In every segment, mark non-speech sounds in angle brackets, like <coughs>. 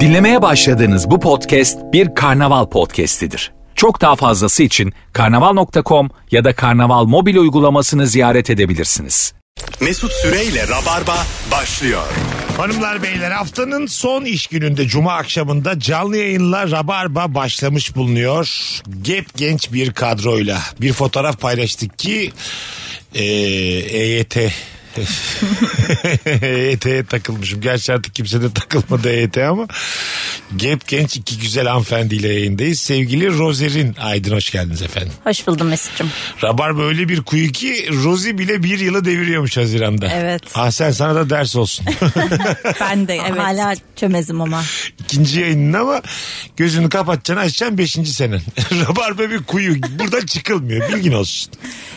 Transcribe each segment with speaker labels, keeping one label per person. Speaker 1: Dinlemeye başladığınız bu podcast bir karnaval podcastidir. Çok daha fazlası için karnaval.com ya da karnaval mobil uygulamasını ziyaret edebilirsiniz.
Speaker 2: Mesut Süreyle Rabarba başlıyor.
Speaker 3: Hanımlar beyler haftanın son iş gününde cuma akşamında canlı yayınla Rabarba başlamış bulunuyor. Gep genç bir kadroyla bir fotoğraf paylaştık ki e, eee EYT <laughs> EYT'ye E takılmışım. Gerçi artık kimse de takılmadı EYT ama. Gep genç iki güzel hanımefendiyle yayındayız. Sevgili Rozer'in Aydın hoş geldiniz efendim.
Speaker 4: Hoş buldum Mesut'cum.
Speaker 3: Rabarba öyle bir kuyu ki Rozi bile bir yılı deviriyormuş Haziran'da.
Speaker 5: Evet.
Speaker 3: Ah sen sana da ders olsun.
Speaker 5: Ben <laughs> de evet.
Speaker 4: Hala çömezim ama.
Speaker 3: İkinci yayının ama gözünü kapatacaksın açacaksın beşinci senen. <laughs> Rabarba bir kuyu. Buradan çıkılmıyor. Bilgin olsun.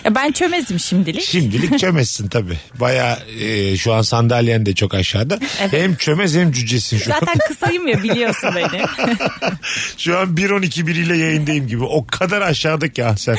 Speaker 5: Ya ben çömezim şimdilik.
Speaker 3: Şimdilik çömezsin tabii. Baya şu an sandalyen de çok aşağıda. Hem çömez hem cücesin şu an.
Speaker 5: Zaten kısayım ya biliyorsun beni.
Speaker 3: <laughs> Şu an 1.12 biriyle yayındayım gibi. O kadar aşağıda ki Ahsen.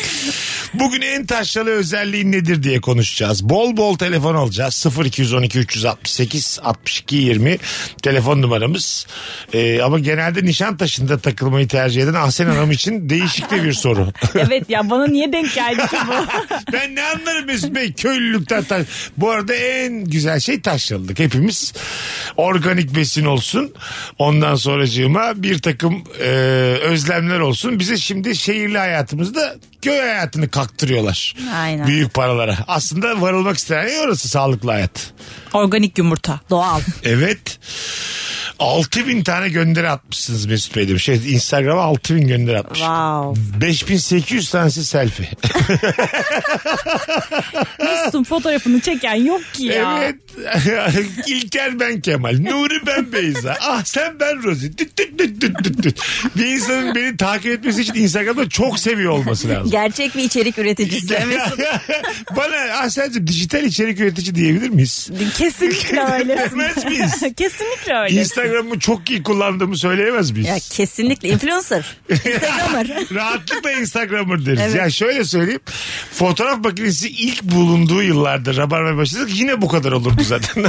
Speaker 3: Bugün en taşralı özelliğin nedir diye konuşacağız. Bol bol telefon alacağız. 0212 368 62 20 telefon numaramız. Ee, ama genelde Nişantaşı'nda takılmayı tercih eden Ahsen Hanım için değişik de bir soru.
Speaker 5: <laughs> evet ya bana niye denk geldi ki bu?
Speaker 3: ben ne anlarım Mesut Bey köylülükten. Taş... Bu arada en güzel şey taşralılık. Hepimiz organik besin olsun. Ondan sonracığıma bir takım e, özlemler olsun. Bize şimdi şehirli hayatımızda köy hayatını kaktırıyorlar.
Speaker 4: Aynen.
Speaker 3: Büyük paralara. Aslında varılmak istenen yer orası sağlıklı hayat.
Speaker 5: <laughs> Organik yumurta.
Speaker 4: Doğal.
Speaker 3: Evet. 6000 tane gönderi atmışsınız Mesut Bey demiş. Evet, Instagram'a 6000 gönderi atmış.
Speaker 4: Wow.
Speaker 3: 5800 tanesi selfie.
Speaker 5: Mesut'un fotoğrafını çeken yok ki ya.
Speaker 3: Evet. <laughs> İlker ben Kemal. Nuri ben Beyza. Ah sen ben Rozi. Düt düt düt düt düt düt. Bir insanın beni takip etmesi için Instagram'da çok seviyor olması lazım.
Speaker 4: Gerçek bir
Speaker 3: <laughs>
Speaker 4: içerik üreticisi.
Speaker 3: Bana ah sence dijital içerik üretici diyebilir miyiz?
Speaker 5: Kesinlikle öylesin.
Speaker 3: Demez miyiz?
Speaker 5: <laughs> Kesinlikle öyle.
Speaker 3: Instagram'ı çok iyi kullandığımı söyleyemez miyiz?
Speaker 4: ya kesinlikle influencer.
Speaker 3: <laughs>
Speaker 4: Instagramer.
Speaker 3: Rahatlıkla Instagram'ır deriz.
Speaker 4: Evet.
Speaker 3: Ya şöyle söyleyeyim. Fotoğraf makinesi ilk bulunduğu yıllarda Rabarba başladık yine bu kadar olurdu zaten.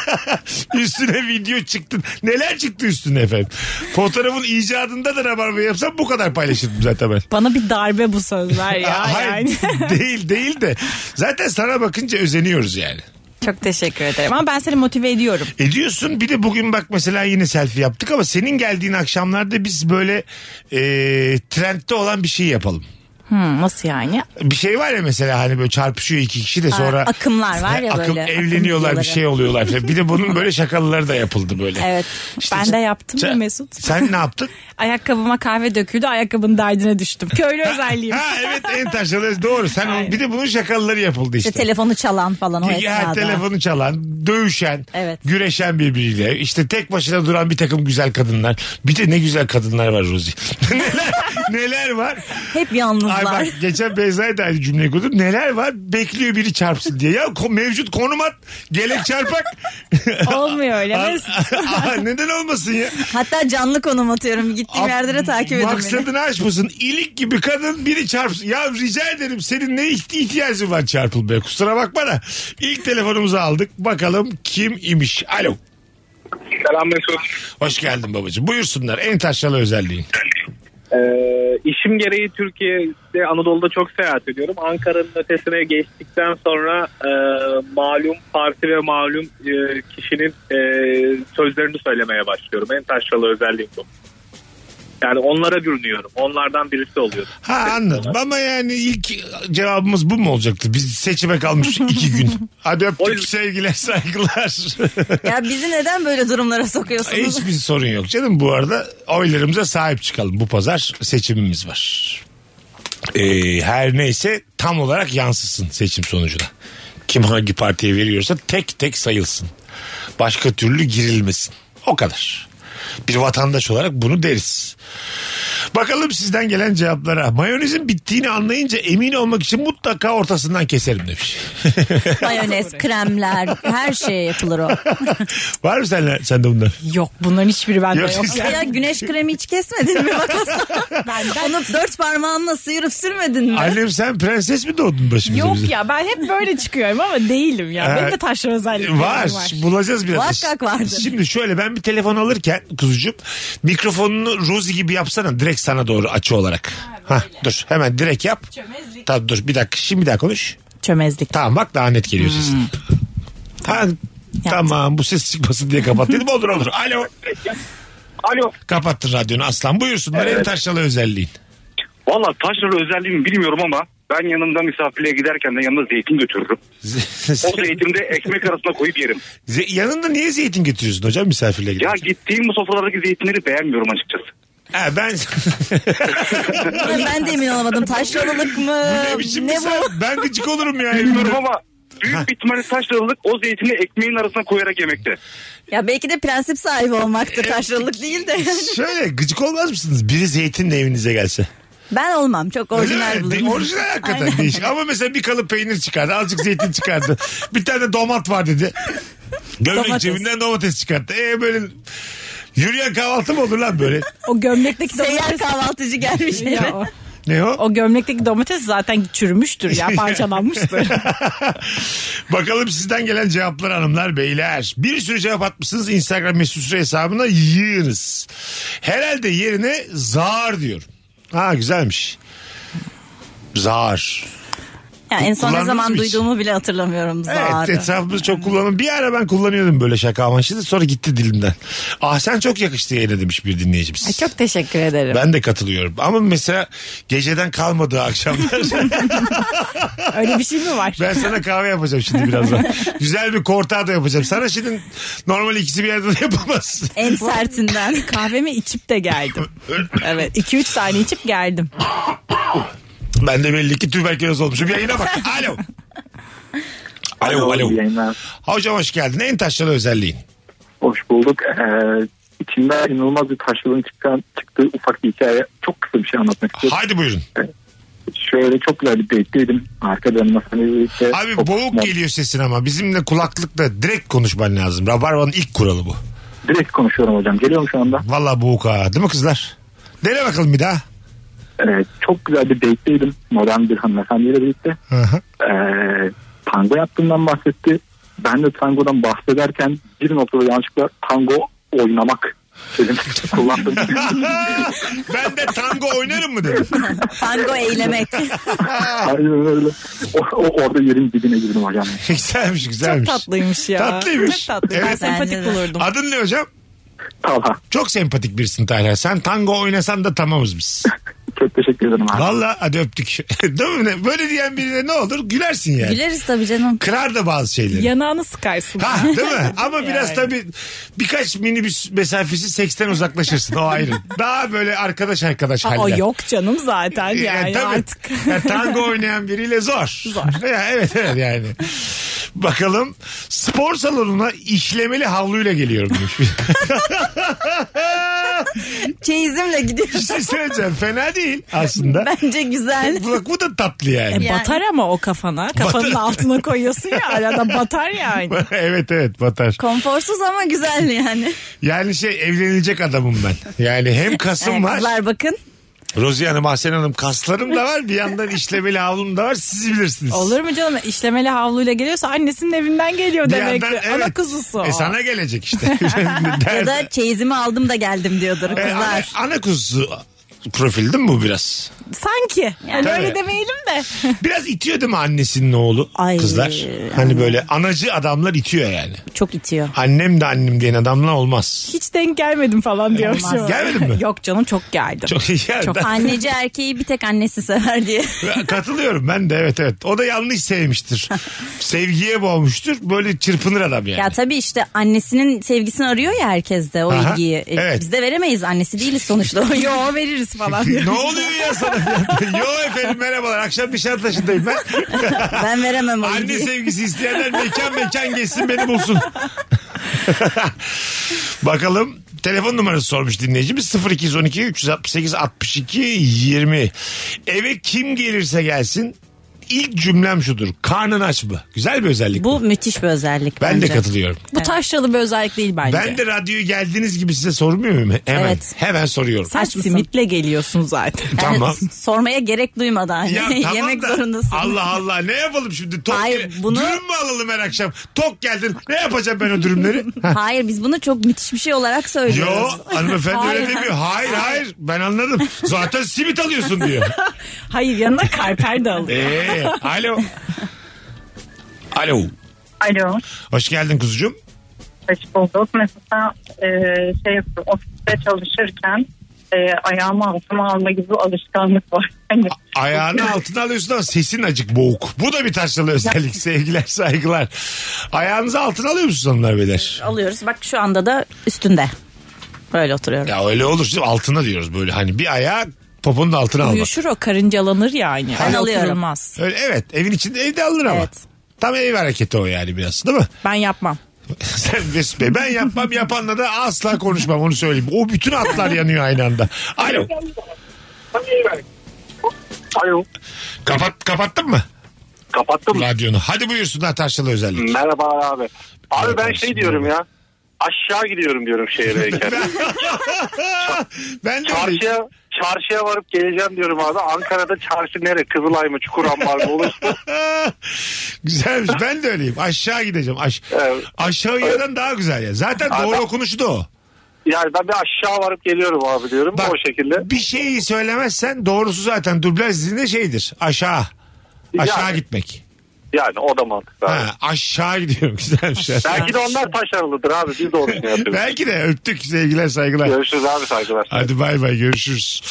Speaker 3: <laughs> üstüne video çıktı. Neler çıktı üstüne efendim. Fotoğrafın icadında da Rabarba yapsam bu kadar paylaşırdım zaten ben.
Speaker 5: Bana bir darbe bu sözler ya.
Speaker 3: Hayır
Speaker 5: yani.
Speaker 3: <laughs> değil değil de zaten sana bakınca özeniyoruz yani.
Speaker 5: Çok teşekkür ederim ama ben seni motive ediyorum.
Speaker 3: Ediyorsun bir de bugün bak mesela yine selfie yaptık ama senin geldiğin akşamlarda biz böyle e, trendde olan bir şey yapalım.
Speaker 5: Hmm, nasıl yani?
Speaker 3: bir şey var ya mesela hani böyle çarpışıyor iki kişi de sonra
Speaker 4: akımlar var ya
Speaker 3: akım,
Speaker 4: böyle, akım
Speaker 3: evleniyorlar bir
Speaker 4: videoları.
Speaker 3: şey oluyorlar falan. Bir de bunun böyle şakalıları da yapıldı böyle.
Speaker 4: Evet.
Speaker 3: İşte
Speaker 5: ben
Speaker 3: sen-
Speaker 5: de yaptım ya
Speaker 3: sen-
Speaker 5: Mesut.
Speaker 3: Sen ne
Speaker 4: <laughs>
Speaker 3: yaptın?
Speaker 5: Ayakkabıma kahve döküldü ayakkabının derdine düştüm.
Speaker 3: <laughs>
Speaker 5: Köylü özelliğim.
Speaker 3: ha evet en taşlı doğru. Sen bir de bunun şakalıları yapıldı işte.
Speaker 4: İşte telefonu çalan falan o
Speaker 3: Ya,
Speaker 4: esnada.
Speaker 3: telefonu çalan, dövüşen,
Speaker 4: Evet.
Speaker 3: güreşen birbiriyle. işte tek başına duran bir takım güzel kadınlar. Bir de ne güzel kadınlar var Rozi. <laughs> neler, neler var?
Speaker 4: Hep yalnızlar.
Speaker 3: Ay bak geçen Beyza'ya da aynı cümleyi kurdum. Neler var? Bekliyor biri çarpsın diye. Ya ko- mevcut konum at. Gelip
Speaker 4: <laughs>
Speaker 3: çarpak.
Speaker 5: Olmuyor öyle Mesut.
Speaker 3: Aa, neden olmasın
Speaker 4: <laughs>
Speaker 3: ya?
Speaker 4: Hatta canlı konum atıyorum. Gittiğim yerlere takip edin beni.
Speaker 3: Maksadını aşmasın. İlik gibi kadın biri çarpsın. Ya rica ederim senin ne ihti- ihtiyacın var çarpılmaya. Kusura bakma da. İlk telefonumuzu aldık. Bakalım kim imiş. Alo.
Speaker 6: Selam Mesut.
Speaker 3: Hoş geldin babacığım. Buyursunlar. En taşralı özelliğin.
Speaker 6: Ee, işim gereği Türkiye'de Anadolu'da çok seyahat ediyorum. Ankara'nın ötesine geçtikten sonra e, malum parti ve malum e, kişinin e, sözlerini söylemeye başlıyorum. En taşralı özelliğim bu. Yani onlara bürünüyorum. Onlardan birisi oluyorum.
Speaker 3: Ha anladım ama yani ilk cevabımız bu mu olacaktı? Biz seçime kalmış iki
Speaker 6: <laughs>
Speaker 3: gün. Hadi
Speaker 6: O
Speaker 3: öptük
Speaker 6: yüzden-
Speaker 3: sevgiler saygılar. <laughs>
Speaker 4: Ya bizi neden böyle durumlara
Speaker 3: E,
Speaker 4: sokuyorsunuz?
Speaker 3: Hiçbir sorun yok canım bu arada. Oylarımıza sahip çıkalım. Bu pazar seçimimiz var. Ee, her neyse tam olarak yansısın seçim sonucuna. Kim hangi partiye veriyorsa tek tek sayılsın. Başka türlü girilmesin. O kadar. Bir vatandaş olarak bunu deriz. Bakalım sizden gelen cevaplara. Mayonezin bittiğini anlayınca emin olmak için mutlaka ortasından keserim demiş.
Speaker 5: <laughs>
Speaker 4: Mayonez, kremler, her şeye
Speaker 3: <laughs>
Speaker 4: yapılır o.
Speaker 3: Var mı sende, sende bunlar?
Speaker 5: Yok bunların hiçbiri bende
Speaker 3: Yok,
Speaker 5: yok.
Speaker 3: siz-
Speaker 4: Ya güneş kremi hiç
Speaker 3: <laughs>
Speaker 4: kesmedin mi makasla? Onu dört parmağınla sıyırıp sürmedin mi?
Speaker 3: Annem sen prenses mi doğdun başımıza
Speaker 5: Yok
Speaker 3: bizim?
Speaker 5: ya ben hep böyle çıkıyorum ama değilim ya. Benim de taşlar özelliklerim
Speaker 3: Ee, Var.
Speaker 5: var.
Speaker 3: Bulacağız biraz.
Speaker 4: Muhakkak vardır.
Speaker 3: Şimdi şöyle ben bir telefon alırken kuzucuğum mikrofonunu Ruzi gibi yapsana direkt sana doğru açı olarak. Ha, dur hemen direkt yap.
Speaker 5: Çömezlik.
Speaker 3: Tabii dur bir dakika şimdi bir daha konuş.
Speaker 5: Çömezlik.
Speaker 3: Tamam bak daha net geliyor sesin.
Speaker 4: Hmm.
Speaker 3: Ha, tamam bu ses çıkmasın diye kapat dedim olur olur. Alo.
Speaker 7: Alo.
Speaker 3: Kapattın radyonu aslan buyursunlar en taşralı özelliğin.
Speaker 7: Valla taşralı özelliğimi bilmiyorum ama ben yanımda misafirliğe giderken de yanımda zeytin götürürüm.
Speaker 3: <laughs>
Speaker 7: O zeytini de ekmek arasına koyup yerim.
Speaker 3: Ze- Yanında niye zeytin getiriyorsun hocam misafirle
Speaker 7: Ya
Speaker 3: giderken?
Speaker 7: gittiğim bu sofralardaki zeytinleri beğenmiyorum açıkçası.
Speaker 3: Ha,
Speaker 4: <laughs>
Speaker 3: ben <laughs>
Speaker 4: Ama ben de emin olamadım. Taşralılık mı?
Speaker 3: ne biçim
Speaker 4: Ne
Speaker 3: misafir?
Speaker 4: bu?
Speaker 3: Ben gıcık olurum ya.
Speaker 7: Bilmiyorum ama büyük bir ihtimalle taşralılık o zeytini ekmeğin arasına koyarak yemekte.
Speaker 4: Ya belki de prensip sahibi olmaktır taşralılık
Speaker 3: <laughs>
Speaker 4: değil de.
Speaker 3: Şöyle gıcık olmaz mısınız? Biri zeytinle evinize gelse.
Speaker 4: Ben olmam. Çok
Speaker 3: Öyle
Speaker 4: orijinal
Speaker 3: mi? De-
Speaker 4: bulurum.
Speaker 3: Orijinal hakikaten
Speaker 4: Aynen.
Speaker 3: değişik. Ama mesela bir kalıp peynir çıkardı. Azıcık zeytin çıkardı. bir tane domat var dedi. Gömlek
Speaker 4: Domates.
Speaker 3: cebinden domates çıkarttı. E böyle yürüyen kahvaltı mı olur lan böyle?
Speaker 5: O gömlekteki
Speaker 4: Seyyar
Speaker 5: domates...
Speaker 4: kahvaltıcı gelmiş.
Speaker 5: Ya o.
Speaker 3: Ne o?
Speaker 5: o gömlekteki domates zaten çürümüştür
Speaker 3: <laughs>
Speaker 5: ya parçalanmıştır.
Speaker 3: Bakalım sizden gelen cevaplar hanımlar beyler. Bir sürü cevap atmışsınız Instagram mesut süre hesabına yığınız. Herhalde yerine zar diyorum. Ha güzelmiş. Zar.
Speaker 4: <laughs> Ya en son ne
Speaker 3: Kullandınız mı
Speaker 4: zaman
Speaker 3: hiç?
Speaker 4: duyduğumu bile hatırlamıyorum.
Speaker 3: Evet
Speaker 4: Zar.
Speaker 3: etrafımız çok kullanım. Bir ara ben kullanıyordum böyle şaka amaçlı. Sonra gitti dilimden. Ah sen çok yakıştı yayına demiş bir dinleyicimiz.
Speaker 5: Ay, Çok teşekkür ederim.
Speaker 3: Ben de katılıyorum. Ama mesela geceden kalmadığı
Speaker 5: <laughs>
Speaker 3: akşamlar.
Speaker 5: Öyle bir şey mi var?
Speaker 3: ben sana kahve yapacağım şimdi birazdan. Güzel bir kortado yapacağım. Sana şimdi normal ikisi bir yerde de yapamaz.
Speaker 4: En sertinden.
Speaker 5: Kahvemi içip
Speaker 3: <laughs>
Speaker 5: de <laughs> geldim. Evet 2-3 saniye içip geldim.
Speaker 3: Ben de belli ki tüberküloz olmuşum. Yayına bak. Alo. Alo, alo. Hocam hoş geldin. En taşralı özelliğin.
Speaker 8: Hoş bulduk. Ee, içinde inanılmaz bir karşılığın çıkan, çıktığı ufak bir hikaye. Çok kısa bir şey anlatmak istiyorum.
Speaker 3: Hadi buyurun.
Speaker 8: Şöyle çok güzel bir date'deydim. Arkadaşlarım masanın birlikte.
Speaker 3: Abi
Speaker 8: Çok-
Speaker 3: boğuk geliyor sesin ama bizimle kulaklıkla direkt konuşman lazım. Rabarbanın ilk kuralı bu.
Speaker 8: Direkt konuşuyorum hocam. Geliyor mu şu anda?
Speaker 3: Valla boğuk ha. Değil mi kızlar? Dene bakalım bir daha. <laughs>
Speaker 8: Ee, çok güzel bir date'deydim. Modern bir hanımefendiyle birlikte.
Speaker 3: Aha.
Speaker 8: Ee, tango yaptığından bahsetti. Ben de tangodan bahsederken bir noktada yanlışlıkla tango oynamak dedim. <laughs>
Speaker 3: <laughs>
Speaker 8: Kullandım.
Speaker 3: ben de tango oynarım mı dedim. <laughs>
Speaker 4: Tango eylemek.
Speaker 8: Aynen öyle. O, o- orada yerin dibine girdim hocam.
Speaker 3: güzelmiş
Speaker 5: Çok
Speaker 3: güzelmiş.
Speaker 5: tatlıymış ya.
Speaker 3: Tatlıymış.
Speaker 5: Çok tatlıymış.
Speaker 3: Evet.
Speaker 5: Ben sempatik
Speaker 4: Bence de.
Speaker 5: bulurdum.
Speaker 3: Adın ne hocam?
Speaker 8: Talha.
Speaker 3: Çok sempatik birisin Tahir. Sen tango oynasan da tamamız biz.
Speaker 8: Çok teşekkür ederim abi.
Speaker 3: Valla hadi öptük. <laughs> Değil mi? Böyle diyen birine ne olur? Gülersin yani.
Speaker 4: Güleriz tabii canım.
Speaker 3: Kırar da bazı şeyleri.
Speaker 5: Yanağını sıkarsın.
Speaker 3: Ha değil
Speaker 5: <laughs>
Speaker 3: mi? Ama biraz
Speaker 5: Yani.
Speaker 3: tabii birkaç minibüs mesafesi seksten uzaklaşırsın o ayrı. Daha böyle arkadaş arkadaş
Speaker 5: Aa,
Speaker 3: haller.
Speaker 5: yok canım zaten
Speaker 3: Yani
Speaker 5: yani
Speaker 3: tabii.
Speaker 5: artık.
Speaker 3: Yani tango oynayan biriyle zor. Zor. evet evet yani. Bakalım spor salonuna işlemeli havluyla geliyorum demiş. <laughs>
Speaker 4: Çeyizimle
Speaker 3: Bir
Speaker 4: gidiyoruz. <laughs>
Speaker 3: şey söyleyeceğim fena değil aslında.
Speaker 4: Bence güzel.
Speaker 3: Bu, bu da tatlı yani. <laughs>
Speaker 4: Yani.
Speaker 5: Batar ama o kafana. Kafanın
Speaker 3: Batar.
Speaker 5: altına koyuyorsun ya arada batar yani.
Speaker 3: evet evet batar.
Speaker 4: Konforsuz ama güzel yani.
Speaker 3: Yani şey evlenilecek adamım ben. Yani hem kasım var.
Speaker 4: Kızlar bakın.
Speaker 3: Rozi Hanım, Ahsen Hanım kaslarım da var. Bir yandan işlemeli havlum da var. Siz bilirsiniz.
Speaker 5: Olur mu canım? İşlemeli havluyla geliyorsa annesinin evinden geliyor
Speaker 3: Bir
Speaker 5: demek
Speaker 3: yandan
Speaker 5: ki. Ana kuzusu.
Speaker 3: E sana gelecek işte. <laughs>
Speaker 4: Ya da çeyizimi aldım da geldim diyordur
Speaker 3: E, ana,
Speaker 4: kızlar.
Speaker 3: ana kuzusu profil değil mi bu
Speaker 4: <laughs>
Speaker 3: biraz?
Speaker 5: Sanki. Yani
Speaker 3: Tabii.
Speaker 5: öyle demeyelim de.
Speaker 3: Biraz itiyor değil mi annesinin oğlu
Speaker 4: Ay.
Speaker 3: kızlar? Hani böyle anacı adamlar itiyor yani. <laughs>
Speaker 4: Çok itiyor.
Speaker 3: Annem de annem diyen adamlar
Speaker 4: <laughs>
Speaker 3: olmaz.
Speaker 5: Hiç denk gelmedim falan diyor.
Speaker 4: Olmaz.
Speaker 5: şu an.
Speaker 3: Gelmedin mi?
Speaker 5: Yok canım çok geldim. <laughs>
Speaker 3: Çok iyi. Yani
Speaker 5: Çok
Speaker 3: ben-
Speaker 4: Anneci erkeği bir tek annesi sever diye.
Speaker 3: Katılıyorum ben de evet evet. O da yanlış
Speaker 4: <laughs>
Speaker 3: sevmiştir. Sevgiye boğmuştur. Böyle çırpınır adam yani.
Speaker 4: Ya tabii işte annesinin sevgisini arıyor ya herkes de o
Speaker 3: Aha,
Speaker 4: ilgiyi. E,
Speaker 3: evet.
Speaker 4: Biz de veremeyiz annesi değiliz sonuçta.
Speaker 3: <laughs>
Speaker 5: Yo veririz falan diyor.
Speaker 3: ne oluyor ya sana? <laughs> Yo efendim merhabalar. Akşam Nişantaşı'ndayım ben.
Speaker 4: <laughs> ben veremem o
Speaker 3: Anne
Speaker 4: ilgiyi.
Speaker 3: sevgisi isteyenler mekan mekan geçsin beni bulsun. <laughs> Bakalım Telefon numarası sormuş dinleyicimiz 0212 368 62 20. Eve kim gelirse gelsin ilk cümlem şudur. Karnın aç mı? Güzel bir özellik.
Speaker 4: Bu müthiş bir özellik
Speaker 3: ben
Speaker 4: bence.
Speaker 3: de katılıyorum.
Speaker 5: Bu taşralı bir özellik değil bence.
Speaker 3: Ben de radyoyu geldiğiniz gibi size sormuyor muyum? Hemen.
Speaker 4: Evet.
Speaker 3: Hemen soruyorum.
Speaker 5: Sen
Speaker 4: Haklısın.
Speaker 5: simitle geliyorsun
Speaker 3: <laughs>
Speaker 5: zaten.
Speaker 4: Yani <laughs>
Speaker 3: Tamam.
Speaker 4: sormaya gerek duymadan <laughs>
Speaker 3: Ya tamam
Speaker 4: yemek
Speaker 3: da,
Speaker 4: zorundasın.
Speaker 3: Allah Allah ne yapalım şimdi? Tok
Speaker 4: Hayır,
Speaker 3: gel-
Speaker 4: bunu-
Speaker 3: Dürüm mü alalım her akşam? Tok geldin. Ne yapacağım ben o
Speaker 4: <laughs>
Speaker 3: dürümleri? Ha.
Speaker 4: <laughs> Hayır biz bunu çok müthiş bir şey olarak
Speaker 3: Yo
Speaker 4: söylüyoruz.
Speaker 3: hanımefendi öyle
Speaker 4: Hayır.
Speaker 3: demiyor. Hayır hayır ben anladım. Zaten simit alıyorsun diyor.
Speaker 5: Hayır yanına karper de alıyor.
Speaker 3: <laughs> Ee, alo. Alo.
Speaker 9: Alo.
Speaker 3: Hoş geldin kuzucuğum.
Speaker 9: Hoş bulduk. Mesela e, şey yapıyorum, ofiste çalışırken e, ayağımı altıma alma gibi bir alışkanlık var. Hani
Speaker 3: Ayağını altına alıyorsun ama sesin acık boğuk. Bu da bir taşralı özellik. Sevgiler saygılar. Ayağınızı altına alıyor musunuz hanımlar beyler?
Speaker 4: <laughs> Alıyoruz bak şu anda da üstünde. Böyle oturuyorum.
Speaker 3: Ya öyle olur. Şimdi altına diyoruz böyle hani bir ayağı poponun altına almak.
Speaker 5: Uyuşur o karıncalanır yani.
Speaker 4: Ben
Speaker 5: Öyle
Speaker 4: alıyorum.
Speaker 5: oturulmaz.
Speaker 3: Öyle, evet evin içinde evde alınır ama.
Speaker 4: Evet.
Speaker 3: Tam ev hareketi o yani biraz değil mi?
Speaker 5: Ben yapmam.
Speaker 3: <laughs> Sen Mesut Bey ben yapmam yapanla da asla konuşmam onu söyleyeyim. O bütün atlar yanıyor aynı anda. Alo.
Speaker 7: Alo.
Speaker 3: Kapat, kapattın mı
Speaker 7: Kapattım.
Speaker 3: radyonu? Hadi buyursunlar taşralı özellik.
Speaker 7: Merhaba abi. Abi ben
Speaker 3: Merhaba.
Speaker 7: şey diyorum ya. Aşağı gidiyorum diyorum
Speaker 3: <laughs>
Speaker 7: şehirdeyken.
Speaker 3: ben de öyleyim. <laughs>
Speaker 7: çarşıya çarşıya varıp geleceğim diyorum abi. Ankara'da çarşı nere? Kızılay mı? Çukurambar mı? Olur.
Speaker 3: <laughs> Ah, Güzelmiş ben de öyleyim. Aşağı gideceğim. Aş
Speaker 7: Evet.
Speaker 3: Aşağı yerden daha güzel ya. Zaten
Speaker 7: Abi-
Speaker 3: doğru okunuşu da o.
Speaker 7: Yani ben bir aşağı varıp geliyorum abi diyorum
Speaker 3: Bak,
Speaker 7: o şekilde.
Speaker 3: Bir şeyi söylemezsen doğrusu zaten dublaj dizinde şeydir. Aşağı. Aşağı
Speaker 7: Yani.
Speaker 3: gitmek.
Speaker 7: Yani o da mantıklı abi.
Speaker 3: Ha, aşağı gidiyorum <laughs> güzelmiş. ya.
Speaker 7: Belki de onlar taşarlıdır abi. Biz de onu
Speaker 3: <laughs>
Speaker 7: şey yapıyoruz.
Speaker 3: Belki de öptük sevgiler saygılar.
Speaker 7: Görüşürüz abi saygılar.
Speaker 3: Hadi bay bay görüşürüz.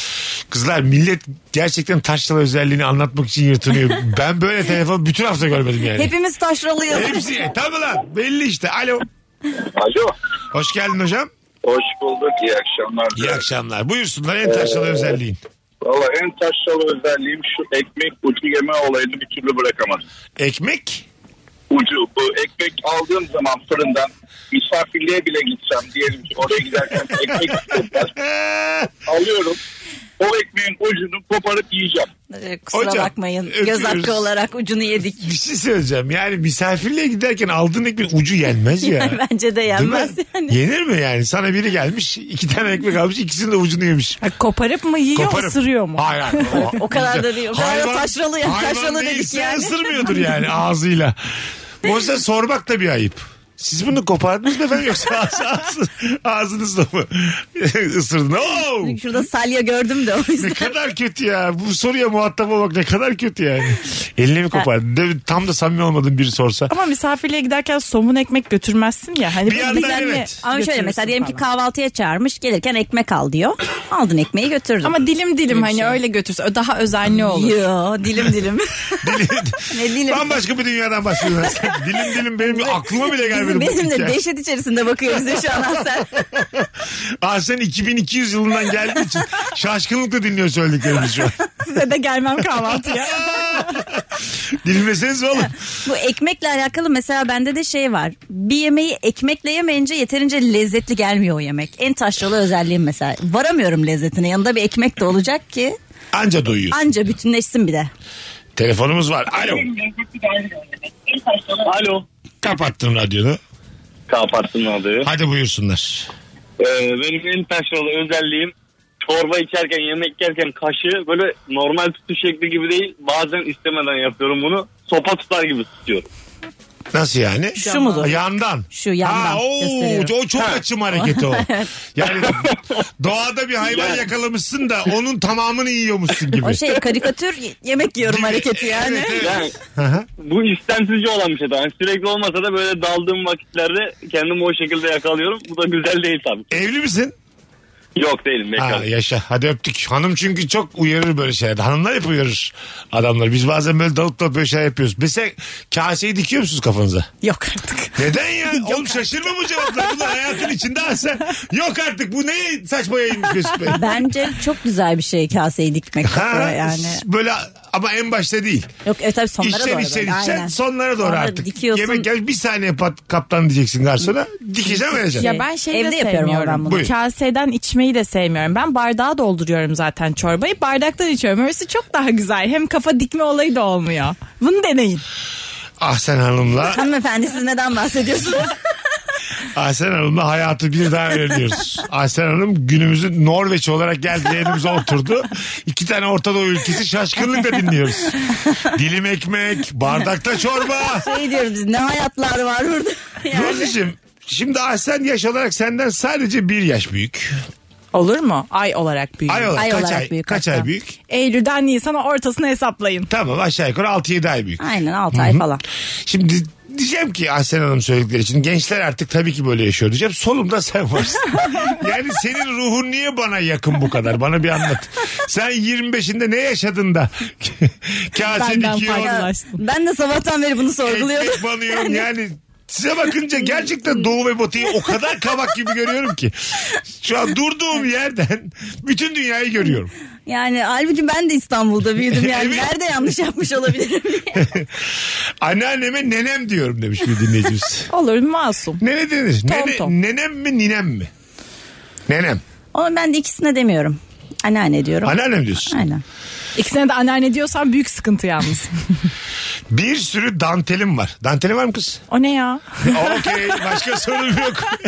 Speaker 3: Kızlar millet gerçekten taşralı özelliğini anlatmak için yırtınıyor. ben böyle telefon bütün hafta görmedim yani.
Speaker 4: Hepimiz taşralıyız.
Speaker 3: Hepsi e, tabii lan belli işte. Alo.
Speaker 7: Alo.
Speaker 3: Hoş geldin hocam.
Speaker 7: Hoş bulduk. İyi akşamlar.
Speaker 3: İyi akşamlar. Buyursunlar en taşralı özelliğin.
Speaker 7: Valla en taşralı özelliğim şu ekmek ucu yeme olayını bir türlü bırakamaz.
Speaker 3: Ekmek. <laughs>
Speaker 7: Ucu bu ekmek aldığım zaman fırından misafirliğe bile gitsem diyelim ki
Speaker 3: <laughs>
Speaker 7: oraya giderken ekmek istiyorlar. alıyorum. O ekmeğin ucunu koparıp yiyeceğim.
Speaker 4: Ee, Kusura
Speaker 3: Hocam,
Speaker 4: bakmayın.
Speaker 3: öpüyoruz.
Speaker 4: Göz hakkı olarak ucunu yedik.
Speaker 3: Bir şey söyleyeceğim. Yani misafirliğe giderken aldığın ekmek ucu yenmez
Speaker 4: <laughs>
Speaker 3: ya.
Speaker 4: Bence de
Speaker 3: Değil mi?
Speaker 4: yenmez yani.
Speaker 3: Yenir mi yani? Sana biri gelmiş iki tane ekmek almış ikisinin de ucunu yemiş.
Speaker 5: Ha, koparıp mı yiyor
Speaker 3: Koparıp.
Speaker 5: ısırıyor mu?
Speaker 3: Hayır hayır. O,
Speaker 4: <laughs> O kadar da değil. O kadar da taşralı ya.
Speaker 3: hayvan
Speaker 4: Taşralı dedik
Speaker 3: değilse
Speaker 4: yani.
Speaker 3: ısırmıyordur yani ağzıyla. O yüzden sormak da bir ayıp. Siz bunu kopardınız mı efendim yoksa <laughs> ağz, ağz, ağzınızla mı <laughs> ısırdın? Oo!
Speaker 4: Şurada salya gördüm de o
Speaker 3: Ne
Speaker 4: yüzden.
Speaker 3: kadar kötü ya. Bu soruya muhatap olmak ne kadar kötü yani. Elini mi kopardın? De- Tam da samimi olmadığın biri
Speaker 4: <laughs>
Speaker 3: sorsa.
Speaker 5: Ama misafirliğe giderken somun ekmek götürmezsin ya. Hani
Speaker 3: Bir
Speaker 5: bu
Speaker 3: yandan
Speaker 5: düzenli
Speaker 3: evet.
Speaker 4: Ama şöyle
Speaker 5: götürürsün
Speaker 4: mesela diyelim ki
Speaker 5: falan.
Speaker 4: kahvaltıya çağırmış gelirken ekmek al diyor. <clears throat> Aldın ekmeği götürdün.
Speaker 5: Ama dilim dilim hani öyle götürsün. Ö- Daha özenli olur.
Speaker 4: Yo, dilim dilim. <laughs> ne dilim?
Speaker 3: Bambaşka bir dünyadan başlıyorsun.
Speaker 4: <laughs>
Speaker 3: sen. dilim dilim benim aklıma bile gelmedi.
Speaker 4: Bizim
Speaker 3: bu
Speaker 4: benim de
Speaker 3: hikaye.
Speaker 4: dehşet içerisinde bakıyor bize şu
Speaker 3: <laughs>
Speaker 4: an Hasan.
Speaker 3: Aa, sen 2200 yılından geldiği için şaşkınlıkla dinliyor söylediklerimizi şu an.
Speaker 5: Size de gelmem kahvaltıya.
Speaker 3: Dinleseniz oğlum.
Speaker 4: Bu ekmekle alakalı mesela bende de şey var. Bir yemeği ekmekle yemeyince yeterince lezzetli gelmiyor o yemek. En taşralı özelliğim mesela. Varamıyorum lezzetine. Yanında bir ekmek de olacak ki
Speaker 3: Anca doyuyor.
Speaker 4: anca bütünleşsin bir de.
Speaker 3: Telefonumuz var. Alo.
Speaker 7: Alo.
Speaker 3: Kapattın radyonu.
Speaker 7: Kapattın oluyor.
Speaker 3: Hadi buyursunlar.
Speaker 7: Ee, benim en taşralı özelliğim çorba içerken yemek yerken kaşığı böyle normal tutuş şekli gibi değil bazen istemeden yapıyorum bunu sopa tutar gibi tutuyorum.
Speaker 3: Nasıl yani?
Speaker 4: Şu mudur?
Speaker 3: Yandan.
Speaker 4: Şu yandan
Speaker 3: Ha, oo,
Speaker 4: gösteriyorum.
Speaker 3: o çok açım hareketi
Speaker 4: <laughs>
Speaker 3: o. Yani doğada bir hayvan yakalamışsın da onun tamamını yiyormuşsun gibi.
Speaker 4: O şey karikatür y- yemek yiyorum
Speaker 3: Gibi.
Speaker 4: hareketi yani.
Speaker 3: Evet, evet.
Speaker 7: Yani
Speaker 3: Aha.
Speaker 7: bu istemsizce olan bir şey. Yani sürekli olmasa da böyle daldığım vakitlerde kendimi o şekilde yakalıyorum. Bu da güzel değil tabii.
Speaker 4: şey-
Speaker 3: Evli misin?
Speaker 7: Yok değilim
Speaker 3: Ha,
Speaker 7: bekar.
Speaker 3: yaşa. Hadi öptük. Hanım çünkü çok uyarır böyle şeylerde. Hanımlar hep uyarır adamları. Biz bazen böyle dalıp dalıp böyle şeyler yapıyoruz. Mesela kaseyi dikiyor musunuz kafanıza?
Speaker 5: Yok artık.
Speaker 3: Neden
Speaker 4: <laughs>
Speaker 3: ya? Oğlum şaşırma bu cevaplar. Bunlar hayatın içinde ha sen. Yok artık bu
Speaker 4: <laughs>
Speaker 3: ne saçma yayınmış Mesut Bey.
Speaker 4: Bence çok güzel bir şey kaseyi dikmek
Speaker 3: Ha,
Speaker 4: yani.
Speaker 3: Böyle Ama en başta değil.
Speaker 4: Yok evet tabii sonlara
Speaker 3: İçeceksin
Speaker 4: doğru.
Speaker 3: içeceksin
Speaker 4: böyle,
Speaker 3: içeceksin
Speaker 4: aynen.
Speaker 3: sonlara doğru
Speaker 4: Sonra
Speaker 3: artık.
Speaker 4: dikiyorsun.
Speaker 3: Yemek gelmiş bir saniye pat, kaptan diyeceksin garsona. Dikeceğim vereceğim.
Speaker 4: Ya
Speaker 5: Ya
Speaker 4: ben
Speaker 5: ben
Speaker 4: şey de
Speaker 5: şeyi de sevmiyorum.
Speaker 3: bunu. Buyur.
Speaker 5: Kaseden içmeyi de sevmiyorum. Ben bardağa dolduruyorum zaten çorbayı. Bardaktan içiyorum. Öylesi çok daha güzel. Hem kafa dikme olayı da olmuyor. Bunu deneyin.
Speaker 3: Ahsen Hanım'la
Speaker 4: Hanımefendi siz
Speaker 3: <laughs>
Speaker 4: neden bahsediyorsunuz?
Speaker 3: Ahsen Hanım'la hayatı bir daha veriyoruz. Ahsen Hanım günümüzün Norveç olarak geldi elimize oturdu. İki tane Orta Doğu ülkesi şaşkınlıkla dinliyoruz. Dilim ekmek, bardakta çorba.
Speaker 4: şey diyorum biz ne hayatlar var burada. Yani.
Speaker 3: Ruzicim şimdi Ahsen yaş olarak senden sadece bir yaş büyük.
Speaker 5: Olur mu? Ay olarak büyüyor.
Speaker 3: Ay olarak,
Speaker 4: Ay
Speaker 3: kaç,
Speaker 4: olarak
Speaker 3: ay,
Speaker 4: büyük
Speaker 3: kaç
Speaker 4: hatta.
Speaker 3: ay büyük?
Speaker 5: Eylül'den Nisan'a ortasını hesaplayın.
Speaker 3: Tamam aşağı yukarı 6-7 ay büyük.
Speaker 4: Aynen 6 ay falan.
Speaker 3: Şimdi diyeceğim ki Ahsen Hanım söyledikleri için gençler artık tabii ki böyle yaşıyor diyeceğim. Solumda sen
Speaker 4: <laughs>
Speaker 3: varsın. yani senin ruhun niye bana yakın bu kadar? Bana bir anlat. Sen 25'inde ne yaşadın da? <laughs> Kase
Speaker 5: Benden
Speaker 3: dikiyorsun.
Speaker 5: faydalı.
Speaker 4: Ya,
Speaker 5: Ulaştım.
Speaker 4: ben de sabahtan beri bunu sorguluyordum.
Speaker 3: Ekmek banıyorsun yani. Size bakınca gerçekten Doğu ve Batı'yı o kadar kabak gibi görüyorum ki. Şu an durduğum yerden bütün dünyayı görüyorum. <laughs>
Speaker 4: Yani halbuki ben de İstanbul'da büyüdüm yani.
Speaker 3: Evet.
Speaker 4: Nerede yanlış yapmış olabilirim
Speaker 3: <laughs>
Speaker 4: diye.
Speaker 3: Anneanneme nenem diyorum demiş bir dinleyicimiz.
Speaker 5: Olur masum.
Speaker 3: Nene denir.
Speaker 5: Tom
Speaker 3: Nene-
Speaker 5: tom.
Speaker 3: Nenem mi ninem mi? Nenem.
Speaker 4: Ama ben de ikisine demiyorum. Anneanne diyorum.
Speaker 3: Anneannem diyorsun.
Speaker 4: Aynen.
Speaker 5: İkisine de anneanne diyorsan büyük
Speaker 3: <laughs>
Speaker 5: sıkıntı yalnız.
Speaker 3: Bir sürü dantelim var. Dantelim var mı kız?
Speaker 5: o ne ya?
Speaker 3: Okey. Başka sorun yok.
Speaker 5: <laughs>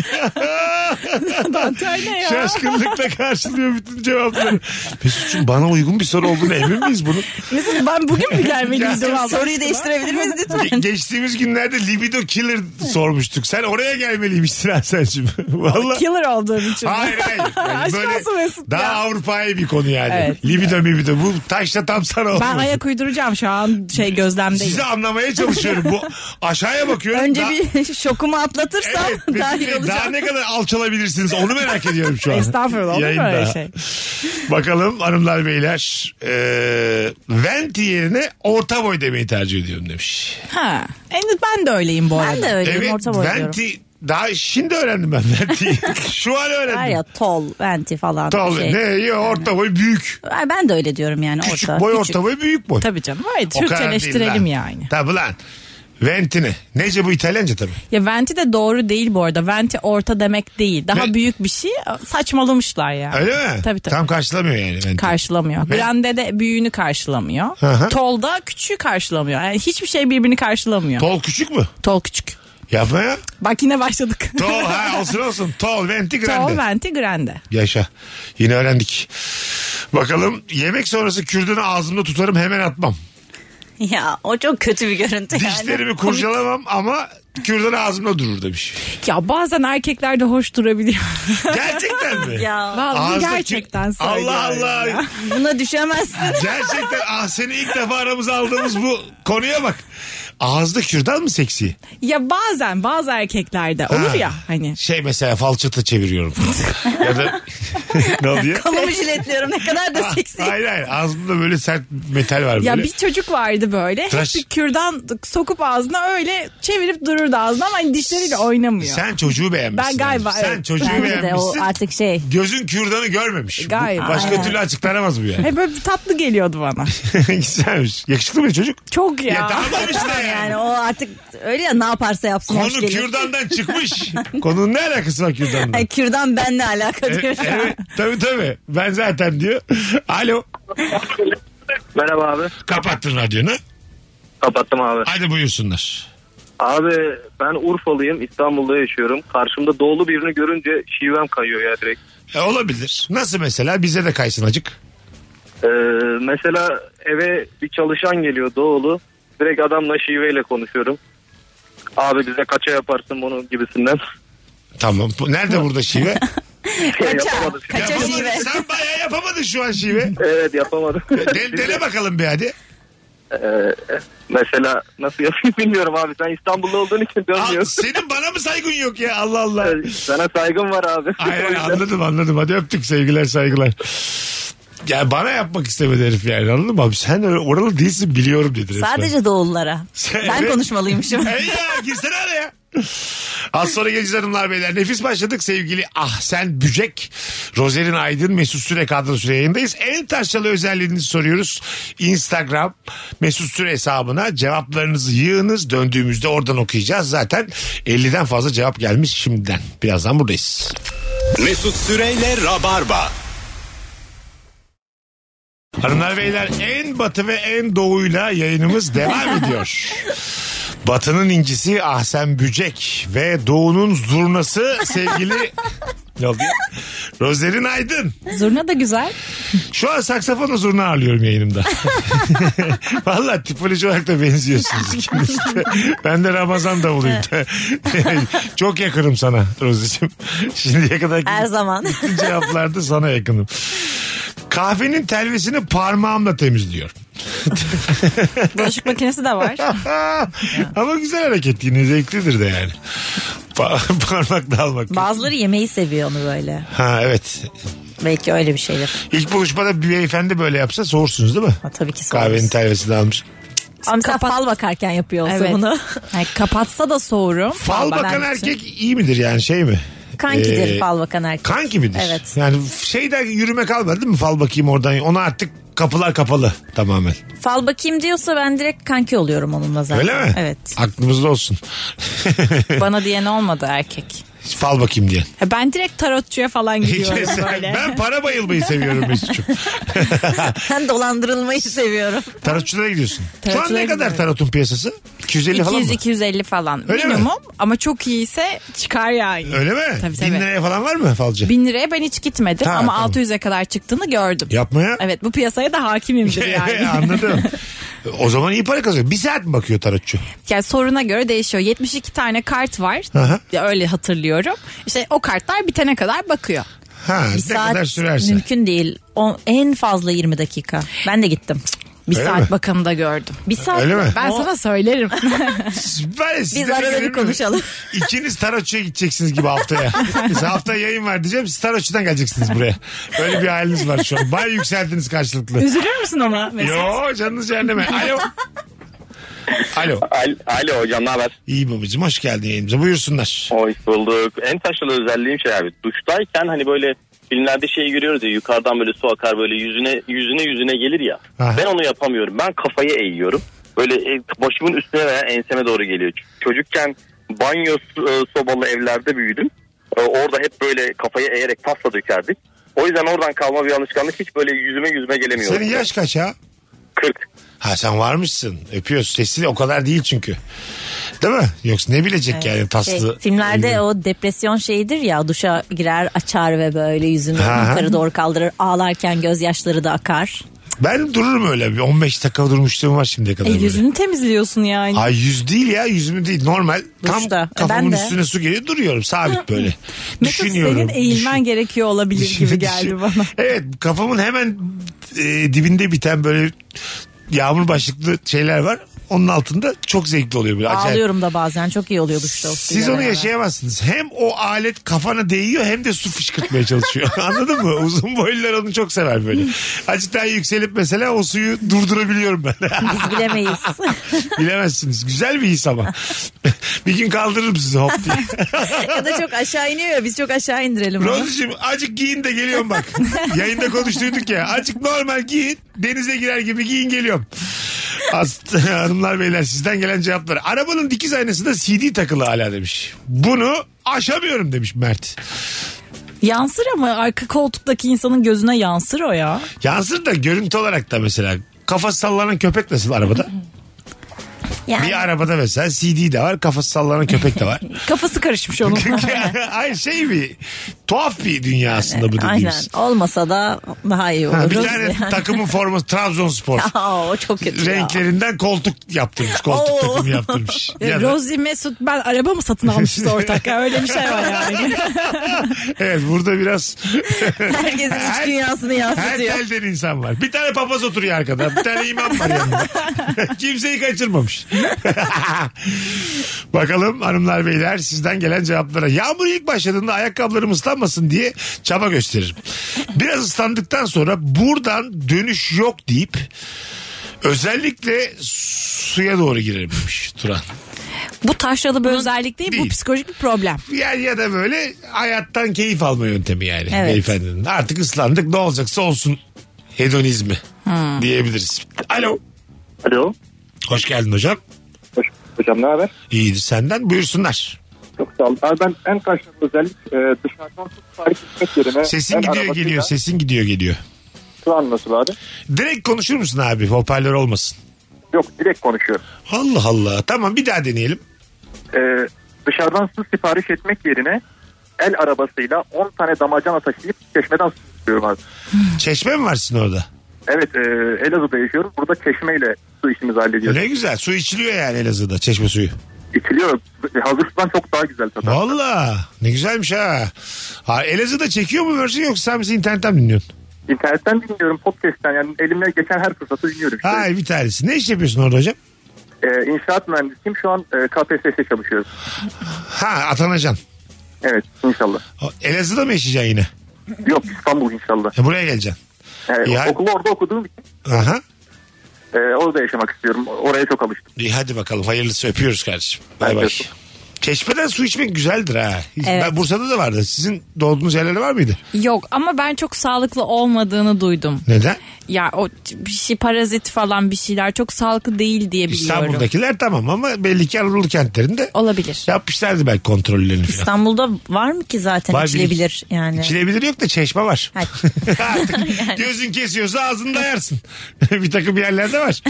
Speaker 5: Dantel ne ya?
Speaker 3: Şaşkınlıkla karşılıyor bütün cevapları. Mesut'cum bana uygun bir soru olduğunu emin miyiz bunun?
Speaker 5: Mesut ben bugün mü gelmeliydim?
Speaker 3: Ya,
Speaker 4: Soruyu değiştirebilir miyiz lütfen?
Speaker 3: Ge- geçtiğimiz günlerde libido killer sormuştuk. Sen oraya gelmeliymişsin Hasan'cığım. <laughs> Valla.
Speaker 5: Killer olduğum için.
Speaker 3: Hayır
Speaker 5: <laughs>
Speaker 3: hayır. Yani
Speaker 5: Aşk
Speaker 3: böyle
Speaker 5: olsun Mesut
Speaker 3: daha
Speaker 5: ya.
Speaker 3: Avrupa'yı bir konu yani.
Speaker 5: Evet.
Speaker 3: Libido mibido. Bu taşla tam sana olmuş.
Speaker 5: Ben ayak uyduracağım şu an şey gözlemdeyim.
Speaker 3: Sizi anlamaya çalışıyorum. Bu aşağıya bakıyorum.
Speaker 4: Önce
Speaker 3: Daha-
Speaker 4: bir <laughs> şokumu
Speaker 5: <laughs>
Speaker 4: atlatırsam
Speaker 3: Evet, Mesut
Speaker 4: dahil
Speaker 3: Bey, daha
Speaker 4: olacağım.
Speaker 3: ne kadar alçalabilirsiniz onu merak ediyorum şu an.
Speaker 5: Estağfurullah olur mu
Speaker 3: Yayında.
Speaker 5: öyle şey?
Speaker 3: Bakalım hanımlar beyler. Ee, venti yerine orta boy demeyi tercih ediyorum demiş.
Speaker 5: Ha. En, ben de öyleyim bu arada.
Speaker 4: Ben de öyleyim orta boy diyorum.
Speaker 3: venti daha şimdi öğrendim ben ventiyi. şu an
Speaker 4: Var
Speaker 3: öğrendim.
Speaker 4: ya tol, venti falan.
Speaker 3: Tamam,
Speaker 4: şey.
Speaker 3: ne iyi orta boy büyük.
Speaker 4: Ay, Ben de öyle diyorum yani orta.
Speaker 3: Küçük boy orta boy büyük boy.
Speaker 5: Tabii canım. Hayır,
Speaker 3: O kadar değil
Speaker 5: Türkçeleştirelim
Speaker 3: lan.
Speaker 5: yani.
Speaker 3: Tabii lan. Ventini. Nece bu İtalyanca tabii.
Speaker 5: Ya venti de doğru değil bu arada. Venti orta demek değil. Daha
Speaker 3: Ne?
Speaker 5: büyük bir şey saçmalamışlar ya.
Speaker 3: Öyle mi?
Speaker 5: Tabii tabii.
Speaker 3: Tam karşılamıyor yani. venti.
Speaker 5: karşılamıyor.
Speaker 3: Ve-
Speaker 5: Grande de büyüğünü karşılamıyor.
Speaker 3: hı.
Speaker 5: Tol'da küçüğü karşılamıyor. Yani hiçbir şey birbirini karşılamıyor.
Speaker 3: Tol küçük mü?
Speaker 5: Tol küçük.
Speaker 3: Yapma ya.
Speaker 5: Bak yine başladık.
Speaker 3: Tol
Speaker 5: <laughs>
Speaker 3: ha olsun olsun. Tol venti grande.
Speaker 5: Tol, venti, grande.
Speaker 3: Yaşa. Yine öğrendik. Bakalım yemek sonrası kürdünü ağzımda tutarım hemen atmam.
Speaker 4: <laughs> Ya o çok kötü bir görüntü yani.
Speaker 3: Dişlerimi kurcalamam ama kürdün ağzımda durur demiş.
Speaker 5: <laughs> Ya bazen erkekler de
Speaker 3: <laughs>
Speaker 5: hoş durabiliyor.
Speaker 3: Gerçekten mi?
Speaker 4: Ya
Speaker 5: <laughs> Vallahi
Speaker 3: Ağızda
Speaker 5: gerçekten
Speaker 3: kü- Allah
Speaker 5: söylüyorum
Speaker 3: Allah.
Speaker 5: ya.
Speaker 4: buna düşemezsin.
Speaker 3: Gerçekten ah seni ilk defa aramıza aldığımız bu konuya bak. Ağızda kürdan mı seksi?
Speaker 5: Ya bazen bazı erkeklerde olur
Speaker 3: Ha.
Speaker 5: ya hani.
Speaker 3: Şey mesela falçata çeviriyorum. ya da <laughs> ne oluyor?
Speaker 4: Kolumu jiletliyorum ne kadar
Speaker 3: Ah,
Speaker 4: da seksi.
Speaker 3: Hayır hayır ağzımda böyle sert metal var böyle.
Speaker 5: Ya bir şey çocuk vardı böyle.
Speaker 3: Tıraş.
Speaker 5: Hep bir kürdan sokup ağzına öyle çevirip dururdu ağzına ama hani dişleriyle oynamıyor.
Speaker 3: Sen çocuğu beğenmişsin.
Speaker 5: Ben galiba,
Speaker 3: Sen
Speaker 5: evet.
Speaker 3: çocuğu
Speaker 4: Bence de o
Speaker 3: beğenmişsin.
Speaker 4: artık şey.
Speaker 3: Gözün kürdanı görmemiş. Bu-
Speaker 5: Gayet.
Speaker 3: Başka
Speaker 4: Aynen.
Speaker 3: türlü açıklanamaz bu yani.
Speaker 5: Hep böyle bir tatlı geliyordu bana.
Speaker 3: <laughs> Güzelmiş. Yakışıklı mı çocuk?
Speaker 5: Çok ya.
Speaker 3: Ya, tamam
Speaker 5: <laughs>
Speaker 3: işte yani.
Speaker 4: Yani o artık öyle ya ne yaparsa yapsın hoş
Speaker 3: Konu
Speaker 4: geliyor.
Speaker 3: kürdandan çıkmış. Konunun ne alakası var kürdanla?
Speaker 4: Ay, kürdan benle alaka diyor.
Speaker 3: evet, evet, E, tabii tabii. Ben zaten diyor. Alo.
Speaker 6: Merhaba abi.
Speaker 3: Kapattın radyonu.
Speaker 6: Kapattım abi.
Speaker 3: Hadi buyursunlar.
Speaker 6: Abi ben Urfalıyım. İstanbul'da yaşıyorum. Karşımda doğulu birini görünce şivem kayıyor ya direkt.
Speaker 3: E, olabilir. Nasıl mesela? Bize de kaysın acık.
Speaker 6: Ee, mesela eve bir çalışan geliyor doğulu. Direkt adamla şiveyle konuşuyorum. Abi bize kaça yaparsın bunu gibisinden. <laughs>
Speaker 3: Tamam. Bu- Nerede burada
Speaker 4: <laughs>
Speaker 3: şive?
Speaker 6: Şey
Speaker 4: Kaça,
Speaker 6: yapamadım.
Speaker 4: kaça
Speaker 3: Yapamadın.
Speaker 4: şive.
Speaker 3: Sen bayağı yapamadın şu an şive.
Speaker 6: Evet yapamadım.
Speaker 3: <laughs> Del, dele bakalım bir hadi.
Speaker 6: Ee, mesela nasıl yapayım <laughs> bilmiyorum abi. Sen İstanbul'da olduğun için
Speaker 3: Al,
Speaker 6: dönmüyorsun. Ee,
Speaker 3: senin bana mı saygın yok ya? Allah Allah.
Speaker 6: Sana saygım var abi. <laughs>
Speaker 3: Hayır
Speaker 6: O
Speaker 3: hayır,
Speaker 6: yüzden-
Speaker 3: anladım anladım. Hadi öptük sevgiler saygılar. Yani bana yapmak istemedi herif yani anladın mı abi? Sen öyle oralı değilsin biliyorum dedi resmen.
Speaker 4: <laughs> Sadece doğullara.
Speaker 3: Sen-
Speaker 4: Ben
Speaker 3: Evet. <laughs>
Speaker 4: konuşmalıymışım.
Speaker 3: Hey ya girsene araya. Az sonra geleceğiz hanımlar beyler. Nefis başladık sevgili Ah Sen Bücek. Rozerin Aydın Mesut Süre kadro süre yayındayız. En tarçalı özelliğinizi soruyoruz. Instagram Mesut Süre hesabına cevaplarınızı yığınız. Döndüğümüzde oradan okuyacağız. Zaten 50'den fazla cevap gelmiş şimdiden. Birazdan buradayız.
Speaker 2: Mesut Süreyle Rabarba.
Speaker 3: Hanımlar beyler en batı ve en doğuyla yayınımız
Speaker 4: <laughs>
Speaker 3: devam ediyor. Batının incisi Ahsen Bücek ve doğunun zurnası
Speaker 4: <laughs>
Speaker 3: sevgili ne oldu ya? Rozerin Aydın.
Speaker 5: Zurna da güzel.
Speaker 3: Şu an saksafonla zurna ağırlıyorum
Speaker 4: <laughs>
Speaker 3: yayınımda. Valla tipoloji olarak da benziyorsunuz ikiniz de. Ben de Ramazan
Speaker 4: <laughs>
Speaker 3: davuluyum. Çok yakınım sana Rozi'cim. Şimdiye kadar
Speaker 4: Her zaman.
Speaker 3: bütün cevaplarda sana yakınım. Kahvenin telvesini parmağımla temizliyor.
Speaker 5: Bulaşık makinesi de var.
Speaker 3: Ama güzel hareket yine zevklidir de yani. Pa- <laughs> parmakla almak.
Speaker 4: Bazıları yemeği seviyor onu böyle.
Speaker 3: ha evet.
Speaker 4: Belki öyle bir şeydir.
Speaker 3: İlk buluşmada bir beyefendi böyle yapsa soğursunuz değil mi?
Speaker 4: Ha, tabii ki sorarız.
Speaker 3: Kahvenin telvesini almış.
Speaker 4: Ama mesela
Speaker 5: Kapat-
Speaker 4: fal bakarken yapıyor olsa
Speaker 5: Evet.
Speaker 4: bunu.
Speaker 5: Yani kapatsa da soğurum.
Speaker 3: Fal
Speaker 5: Vallahi
Speaker 3: bakan
Speaker 5: ben-
Speaker 3: erkek iyi midir yani şey mi?
Speaker 4: Kankidir
Speaker 3: Ee,
Speaker 4: fal bakan erkek.
Speaker 3: Kanki midir?
Speaker 4: Evet.
Speaker 3: Yani şeyde yürüme kalmadı değil mi? Fal bakayım oradan. Ona artık kapılar kapalı tamamen.
Speaker 4: Fal bakayım diyorsa ben direkt kanki oluyorum onunla zaten.
Speaker 3: Öyle mi?
Speaker 4: Evet.
Speaker 3: Aklımızda olsun. <laughs>
Speaker 5: Bana diyen olmadı erkek.
Speaker 3: Fal bakayım diyen. <laughs>
Speaker 5: Ha, Ben direkt tarotçuya falan gidiyorum böyle.
Speaker 3: ben para bayılmayı seviyorum
Speaker 5: <laughs>
Speaker 3: Mesut'cum.
Speaker 4: Ben dolandırılmayı seviyorum.
Speaker 3: Tarotçulara gidiyorsun. Şu an
Speaker 5: Tarotçulara
Speaker 3: ne kadar
Speaker 5: gidiyorum.
Speaker 3: tarotun piyasası? 250 falan mı?
Speaker 5: 200-250 falan
Speaker 3: Öyle mi?
Speaker 5: minimum ama çok iyiyse çıkar yani.
Speaker 3: Öyle mi?
Speaker 5: Tabii, tabii.
Speaker 3: Bin liraya falan var mı falcı?
Speaker 5: Bin liraya ben hiç gitmedim
Speaker 3: Ha,
Speaker 5: ama
Speaker 3: tamam.
Speaker 5: 600'e kadar çıktığını gördüm.
Speaker 3: Yapmaya?
Speaker 5: Evet bu piyasaya da
Speaker 3: <laughs>
Speaker 5: hakimimdir yani.
Speaker 3: Anladım. O zaman iyi para kazanıyor. Bir saat mi bakıyor tarotçu?
Speaker 5: yani soruna göre değişiyor. 72 tane kart var.
Speaker 3: Aha.
Speaker 5: Ya öyle hatırlıyorum. İşte o kartlar bitene kadar bakıyor.
Speaker 3: Ha, ne
Speaker 4: Bir
Speaker 3: kadar
Speaker 4: saat
Speaker 3: sürerse.
Speaker 4: mümkün değil. O, en fazla 20 dakika. Ben de gittim.
Speaker 5: Bir
Speaker 3: Öyle
Speaker 5: saat
Speaker 3: mi?
Speaker 5: bakanı da gördüm.
Speaker 4: Bir saat.
Speaker 3: Öyle mi?
Speaker 5: Ben sana söylerim.
Speaker 3: Ben de size
Speaker 4: Biz arada
Speaker 3: gelelim
Speaker 4: bir
Speaker 3: mi?
Speaker 4: konuşalım.
Speaker 3: <laughs> İkiniz tarotçuya gideceksiniz gibi
Speaker 4: <laughs>
Speaker 3: haftaya. Mesela hafta yayın var diyeceğim. Siz tarotçudan geleceksiniz buraya. Öyle bir haliniz var şu an. Baya yükseldiniz karşılıklı.
Speaker 5: <laughs> Üzülür müsün ama?
Speaker 3: Yo canınız cehenneme. Alo. Alo.
Speaker 7: Al- Alo hocam ne haber?
Speaker 3: İyi babacığım hoş geldin yayınımıza. Buyursunlar.
Speaker 7: Hoş bulduk. En taşlı özelliğim şey abi. Duştayken hani böyle filmlerde şeyi görüyoruz ya yukarıdan böyle su akar böyle yüzüne yüzüne yüzüne gelir ya.
Speaker 3: Aha.
Speaker 7: Ben onu yapamıyorum. Ben kafayı eğiyorum. Böyle e, başımın üstüne veya enseme doğru geliyor. Çocukken banyo e, sobalı evlerde büyüdüm. E, Orada hep böyle kafayı eğerek pasta dökerdik. O yüzden oradan kalma bir alışkanlık hiç böyle yüzüme yüzüme gelemiyorum.
Speaker 3: Senin yaş kaç ha?
Speaker 7: 40.
Speaker 3: Ha sen varmışsın. Öpüyoruz. Sesi o kadar değil çünkü. Değil mi? Yoksa ne bilecek yani taslı.
Speaker 4: Şey, filmlerde o depresyon şeyidir ya duşa girer açar ve böyle yüzünü
Speaker 3: Ha.
Speaker 4: yukarı doğru kaldırır ağlarken gözyaşları da akar.
Speaker 3: Ben dururum öyle. Bir 15 dakika durmuşluğum var şimdiye kadar.
Speaker 5: E,
Speaker 3: böyle.
Speaker 5: yüzünü temizliyorsun yani.
Speaker 3: Ay yüz değil ya yüzümü değil normal. Tam
Speaker 4: Duşta. E,
Speaker 3: kafamın
Speaker 4: ben de.
Speaker 3: üstüne su geliyor duruyorum sabit böyle.
Speaker 5: Mesut
Speaker 3: Düşünüyorum.
Speaker 5: senin eğilmen
Speaker 3: düşün-
Speaker 5: gerekiyor
Speaker 3: <laughs>
Speaker 5: olabilir
Speaker 3: düşün-
Speaker 5: gibi geldi
Speaker 3: düşün-
Speaker 5: bana.
Speaker 3: <laughs> Evet kafamın hemen e, dibinde biten böyle yağmur başlıklı şeyler var. Onun altında çok zevkli oluyor böyle. Acayip.
Speaker 4: Ağlıyorum da bazen çok iyi oluyor duşta. o
Speaker 3: Siz
Speaker 4: suyla
Speaker 3: onu
Speaker 4: beraber.
Speaker 3: yaşayamazsınız. Hem o alet kafana değiyor hem de su fışkırtmaya çalışıyor. <laughs> Anladın mı? Uzun boylular onu çok sever böyle. Azıcık daha yükselip mesela o suyu durdurabiliyorum ben. <laughs>
Speaker 4: Biz bilemeyiz.
Speaker 3: Bilemezsiniz. Güzel bir his ama. <laughs> bir gün kaldırırım sizi hop diye. <laughs>
Speaker 4: ya da çok aşağı iniyor ya biz çok aşağı indirelim onu.
Speaker 3: Rozucuğum acık giyin de geliyorum bak. Yayında konuştuyduk ya. Acık normal giyin. Denize girer gibi giyin geliyorum. As- <laughs> Hanımlar beyler sizden gelen cevaplar. Arabanın dikiz aynasında CD takılı hala demiş. Bunu aşamıyorum demiş Mert.
Speaker 5: Yansır ama arka koltuktaki insanın gözüne yansır o ya.
Speaker 3: Yansır da görüntü olarak da mesela kafası sallanan köpek nasıl arabada?
Speaker 4: Yani
Speaker 3: Bir arabada mesela CD de var kafası sallanan köpek de
Speaker 4: <laughs>
Speaker 3: var.
Speaker 5: Kafası karışmış onun.
Speaker 3: <laughs> Ay şey bir tuhaf bir dünya aslında bu
Speaker 4: aynen
Speaker 3: dediğimiz.
Speaker 4: olmasa da daha iyi
Speaker 3: Ha,
Speaker 4: oluruz.
Speaker 3: bir tane
Speaker 4: <laughs> yani.
Speaker 3: takımın forması Trabzonspor.
Speaker 4: Aa, o çok kötü ya.
Speaker 3: renklerinden koltuk yaptırmış. Koltuk
Speaker 4: Oo.
Speaker 3: takımı
Speaker 4: <laughs>
Speaker 3: yaptırmış. Ya da-
Speaker 5: Ee, Rosie Mesut ben araba mı satın almışız ortak ya öyle bir şey var
Speaker 4: <laughs>
Speaker 5: yani.
Speaker 3: <laughs> evet burada biraz
Speaker 4: Herkesin
Speaker 3: Her-
Speaker 4: iç dünyasını
Speaker 3: her
Speaker 4: yansıtıyor.
Speaker 3: telden insan var. Bir tane papaz oturuyor arkada. Bir tane imam var yanında. <laughs> Kimseyi kaçırmamış. <laughs> Bakalım hanımlar beyler sizden gelen cevaplara. Yağmur ilk başladığında ayakkabılarım ıslanmadan ıslanmasın diye çaba gösteririm. Biraz ıslandıktan sonra buradan dönüş yok deyip özellikle suya doğru girerim demiş Turan.
Speaker 5: Bu taşralı bir özellik değil,
Speaker 3: Değil.
Speaker 5: bu psikolojik bir problem.
Speaker 3: Ya, ya da böyle hayattan keyif alma yöntemi yani
Speaker 4: Evet.
Speaker 3: beyefendinin. Artık ıslandık ne olacaksa olsun hedonizmi diyebiliriz. Alo.
Speaker 7: Alo.
Speaker 3: Hoş geldin hocam.
Speaker 7: Hoş, hocam ne haber?
Speaker 3: İyidir senden buyursunlar.
Speaker 7: Çok sağ olun. Abi ben en karşılıklı özellik e, dışarıdan çok tarih gitmek yerine.
Speaker 3: Sesin gidiyor geliyor sesin gidiyor geliyor.
Speaker 7: Şu an nasıl abi?
Speaker 3: Direkt konuşur musun abi hoparlör olmasın.
Speaker 7: Yok direkt konuşuyorum.
Speaker 3: Allah Allah tamam bir daha deneyelim.
Speaker 7: E, dışarıdan su sipariş etmek yerine el arabasıyla 10 tane damacana taşıyıp çeşmeden su içiyorum abi.
Speaker 3: Çeşme mi var sizin orada?
Speaker 7: Evet e, Elazığ'da yaşıyoruz. Burada çeşmeyle su işimizi hallediyoruz.
Speaker 3: Ne güzel su içiliyor yani Elazığ'da çeşme suyu.
Speaker 7: İçiliyor. Hazır sudan çok daha güzel tadı.
Speaker 3: Valla ne güzelmiş ha. ha Elazığ'da çekiyor mu versin yoksa sen bizi internetten mi dinliyorsun?
Speaker 7: İnternetten dinliyorum podcast'ten yani elimle geçen her fırsatı dinliyorum. Işte.
Speaker 3: Hayır bir tanesi. Ne iş yapıyorsun orada hocam?
Speaker 7: E, inşaat mühendisiyim şu an e, KPSS çalışıyoruz.
Speaker 3: Ha atanacaksın.
Speaker 7: Evet inşallah.
Speaker 3: O- Elazığ'da mı yaşayacaksın yine?
Speaker 7: Yok İstanbul inşallah.
Speaker 3: E, buraya geleceksin.
Speaker 7: Ee,
Speaker 3: Ya-
Speaker 7: Okulu orada okuduğum için
Speaker 3: Aha.
Speaker 7: e, orada yaşamak istiyorum. Oraya çok alıştım.
Speaker 3: İyi hadi bakalım hayırlısı öpüyoruz kardeşim. Bay
Speaker 7: Ben de
Speaker 3: bay.
Speaker 7: öptüm.
Speaker 3: Çeşmeden su içmek güzeldir ha.
Speaker 4: Evet.
Speaker 3: Ben Bursa'da da vardı. Sizin doğduğunuz yerlerde var mıydı?
Speaker 5: Yok ama ben çok sağlıklı olmadığını duydum.
Speaker 3: Neden?
Speaker 5: Ya o bir şey parazit falan bir şeyler çok sağlıklı değil diye biliyorum.
Speaker 3: İstanbul'dakiler tamam ama belli ki Anadolu kentlerinde
Speaker 5: Olabilir.
Speaker 3: yapmışlardı belki kontrollerini falan.
Speaker 4: İstanbul'da var mı ki zaten
Speaker 3: Var,
Speaker 4: içilebilir yani.
Speaker 3: İçilebilir yok da çeşme var.
Speaker 4: Ha.
Speaker 3: <laughs> Artık
Speaker 5: <laughs>
Speaker 3: gözün kesiyorsa ağzını dayarsın. <laughs> bir takım yerlerde var.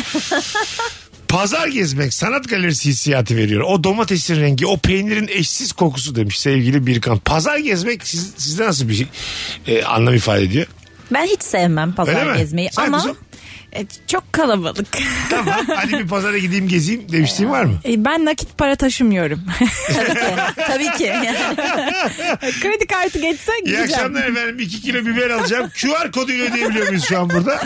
Speaker 3: Pazar gezmek sanat galerisi hissiyatı veriyor. O domatesin rengi, o peynirin eşsiz kokusu demiş sevgili Birkan. Pazar gezmek siz- sizde nasıl bir şey? Ee, anlam ifade ediyor.
Speaker 4: Ben hiç sevmem
Speaker 3: Öyle
Speaker 4: pazar
Speaker 3: mi?
Speaker 4: gezmeyi
Speaker 3: Sen
Speaker 4: ama
Speaker 3: kızım?
Speaker 5: E, çok kalabalık. <laughs>
Speaker 3: Tamam hadi bir pazara gideyim gezeyim demiştim var mı?
Speaker 5: E, ben nakit para taşımıyorum.
Speaker 4: <laughs> tabii ki. tabii ki.
Speaker 5: Kredi kartı geçse
Speaker 3: İyi
Speaker 5: gideceğim.
Speaker 3: akşamlar efendim. 2 kilo biber
Speaker 5: <laughs>
Speaker 3: alacağım. QR koduyla ödeyebiliyor muyuz şu an burada?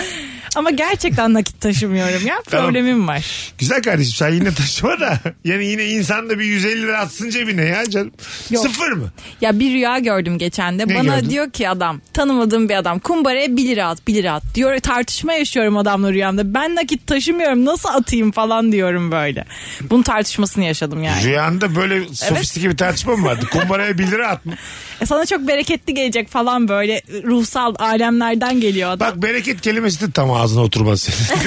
Speaker 5: Ama gerçekten nakit taşımıyorum ya.
Speaker 3: Tamam.
Speaker 5: Problemim var.
Speaker 3: Güzel kardeşim sen yine taşıma
Speaker 4: <laughs>
Speaker 3: da. Yani yine insan da bir 150 lira atsın cebine ya canım.
Speaker 5: Yok.
Speaker 3: Sıfır mı?
Speaker 5: Ya bir rüya gördüm geçen de.
Speaker 3: Ne
Speaker 5: Bana
Speaker 3: gördün?
Speaker 5: diyor ki adam tanımadığım bir adam kumbaraya 1 lira at 1 lira at diyor. E, Tartışma yaşıyorum adamla rüyamda. Ben nakit taşımıyorum nasıl atayım falan diyorum böyle. Bunun tartışmasını yaşadım yani.
Speaker 3: Rüyanda böyle sofistike bir tartışma mı vardı? Kumbaraya 1 lira atma.
Speaker 5: E, sana çok bereketli gelecek falan böyle ruhsal alemlerden geliyor adam.
Speaker 3: Bak bereket kelimesi de tam ağzına oturmaz senin.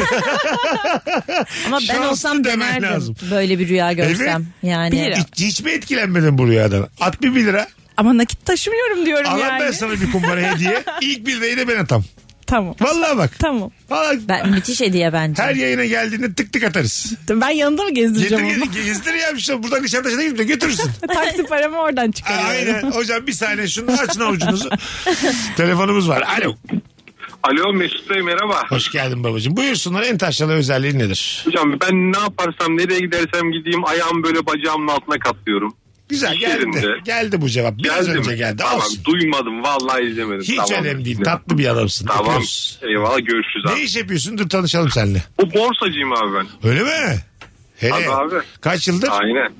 Speaker 4: <laughs> Ama ben
Speaker 3: Şanslı
Speaker 4: olsam
Speaker 3: demen
Speaker 4: denerdim.
Speaker 3: lazım.
Speaker 4: Böyle bir rüya görsem.
Speaker 3: Evet.
Speaker 4: Yani.
Speaker 5: Bir lira.
Speaker 3: hiç, hiç mi etkilenmedin bu rüyadan? At bir 1 lira.
Speaker 5: Ama nakit taşımıyorum diyorum
Speaker 3: Alan
Speaker 5: yani.
Speaker 3: ben sana bir kumbara hediye. İlk 1 lirayı da ben atam.
Speaker 5: Tamam.
Speaker 3: Vallahi bak.
Speaker 5: Tamam.
Speaker 3: Vallahi
Speaker 4: Ben, müthiş hediye bence.
Speaker 3: her yayına geldiğinde tık tık atarız.
Speaker 5: Ben yanında mı
Speaker 3: Getir
Speaker 5: gezdireceğim onu?
Speaker 3: getir gezdir ya bir şey. Buradan Nişantaşı'na gidip de götürürsün.
Speaker 5: Taksi paramı oradan
Speaker 3: A-
Speaker 5: çıkarıyorum.
Speaker 3: Aynen. <laughs> Hocam bir saniye şunu açın avucunuzu. <laughs> Telefonumuz var. Alo.
Speaker 8: Alo Mesut Bey merhaba.
Speaker 3: Hoş geldin babacığım. Buyursunlar en taşralı özelliği nedir?
Speaker 8: Hocam ben ne yaparsam nereye gidersem gideyim ayağım böyle bacağımın altına katlıyorum.
Speaker 3: Güzel
Speaker 8: İş
Speaker 3: geldi.
Speaker 8: yerinde.
Speaker 3: Geldi bu cevap. Biraz
Speaker 8: Geldi
Speaker 3: önce
Speaker 8: mi?
Speaker 3: geldi.
Speaker 8: Tamam
Speaker 3: Olsun.
Speaker 8: duymadım vallahi izlemedim.
Speaker 3: Hiç
Speaker 8: Tamam.
Speaker 3: önemli değil. Tatlı bir adamsın.
Speaker 8: Tamam
Speaker 3: Öpüyoruz.
Speaker 8: eyvallah görüşürüz
Speaker 3: Ne
Speaker 8: abi.
Speaker 3: iş yapıyorsun? Dur tanışalım seninle.
Speaker 8: Bu borsacıyım abi ben.
Speaker 3: Öyle mi? Hele.
Speaker 8: Tabii abi.
Speaker 3: Kaç yıldır?
Speaker 8: Aynen.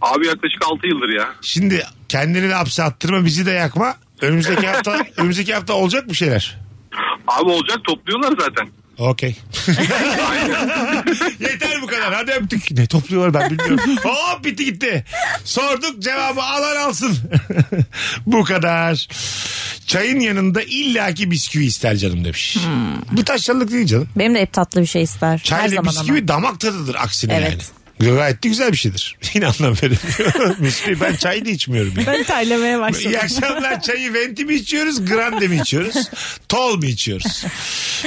Speaker 8: Abi yaklaşık 6 yıldır ya.
Speaker 3: Şimdi kendini de hapse attırma bizi de yakma. Önümüzdeki hafta
Speaker 8: <laughs>
Speaker 3: önümüzdeki hafta olacak bir şeyler.
Speaker 8: Abi olacak topluyorlar zaten.
Speaker 4: <laughs>
Speaker 3: Okey. Yeter bu kadar. Hadi öptük. Ne topluyorlar ben bilmiyorum. Hop bitti gitti. Sorduk cevabı alan alsın. <laughs> bu kadar. Çayın yanında illaki bisküvi ister canım demiş. Bu taşralık değil canım.
Speaker 4: Benim de hep tatlı bir şey ister. Hmm. Her
Speaker 3: Çayla
Speaker 4: zaman
Speaker 3: bisküvi
Speaker 4: ama.
Speaker 3: damak tadıdır aksine
Speaker 4: Evet.
Speaker 3: yani. Gayet de güzel bir şeydir. <laughs> Yine anlam veremiyorum. Bisküvi ben çay da içmiyorum. yani.
Speaker 5: Ben terlemeye başladım.
Speaker 3: İyi akşamlar çayı venti mi içiyoruz, grande mi içiyoruz, tol mu içiyoruz?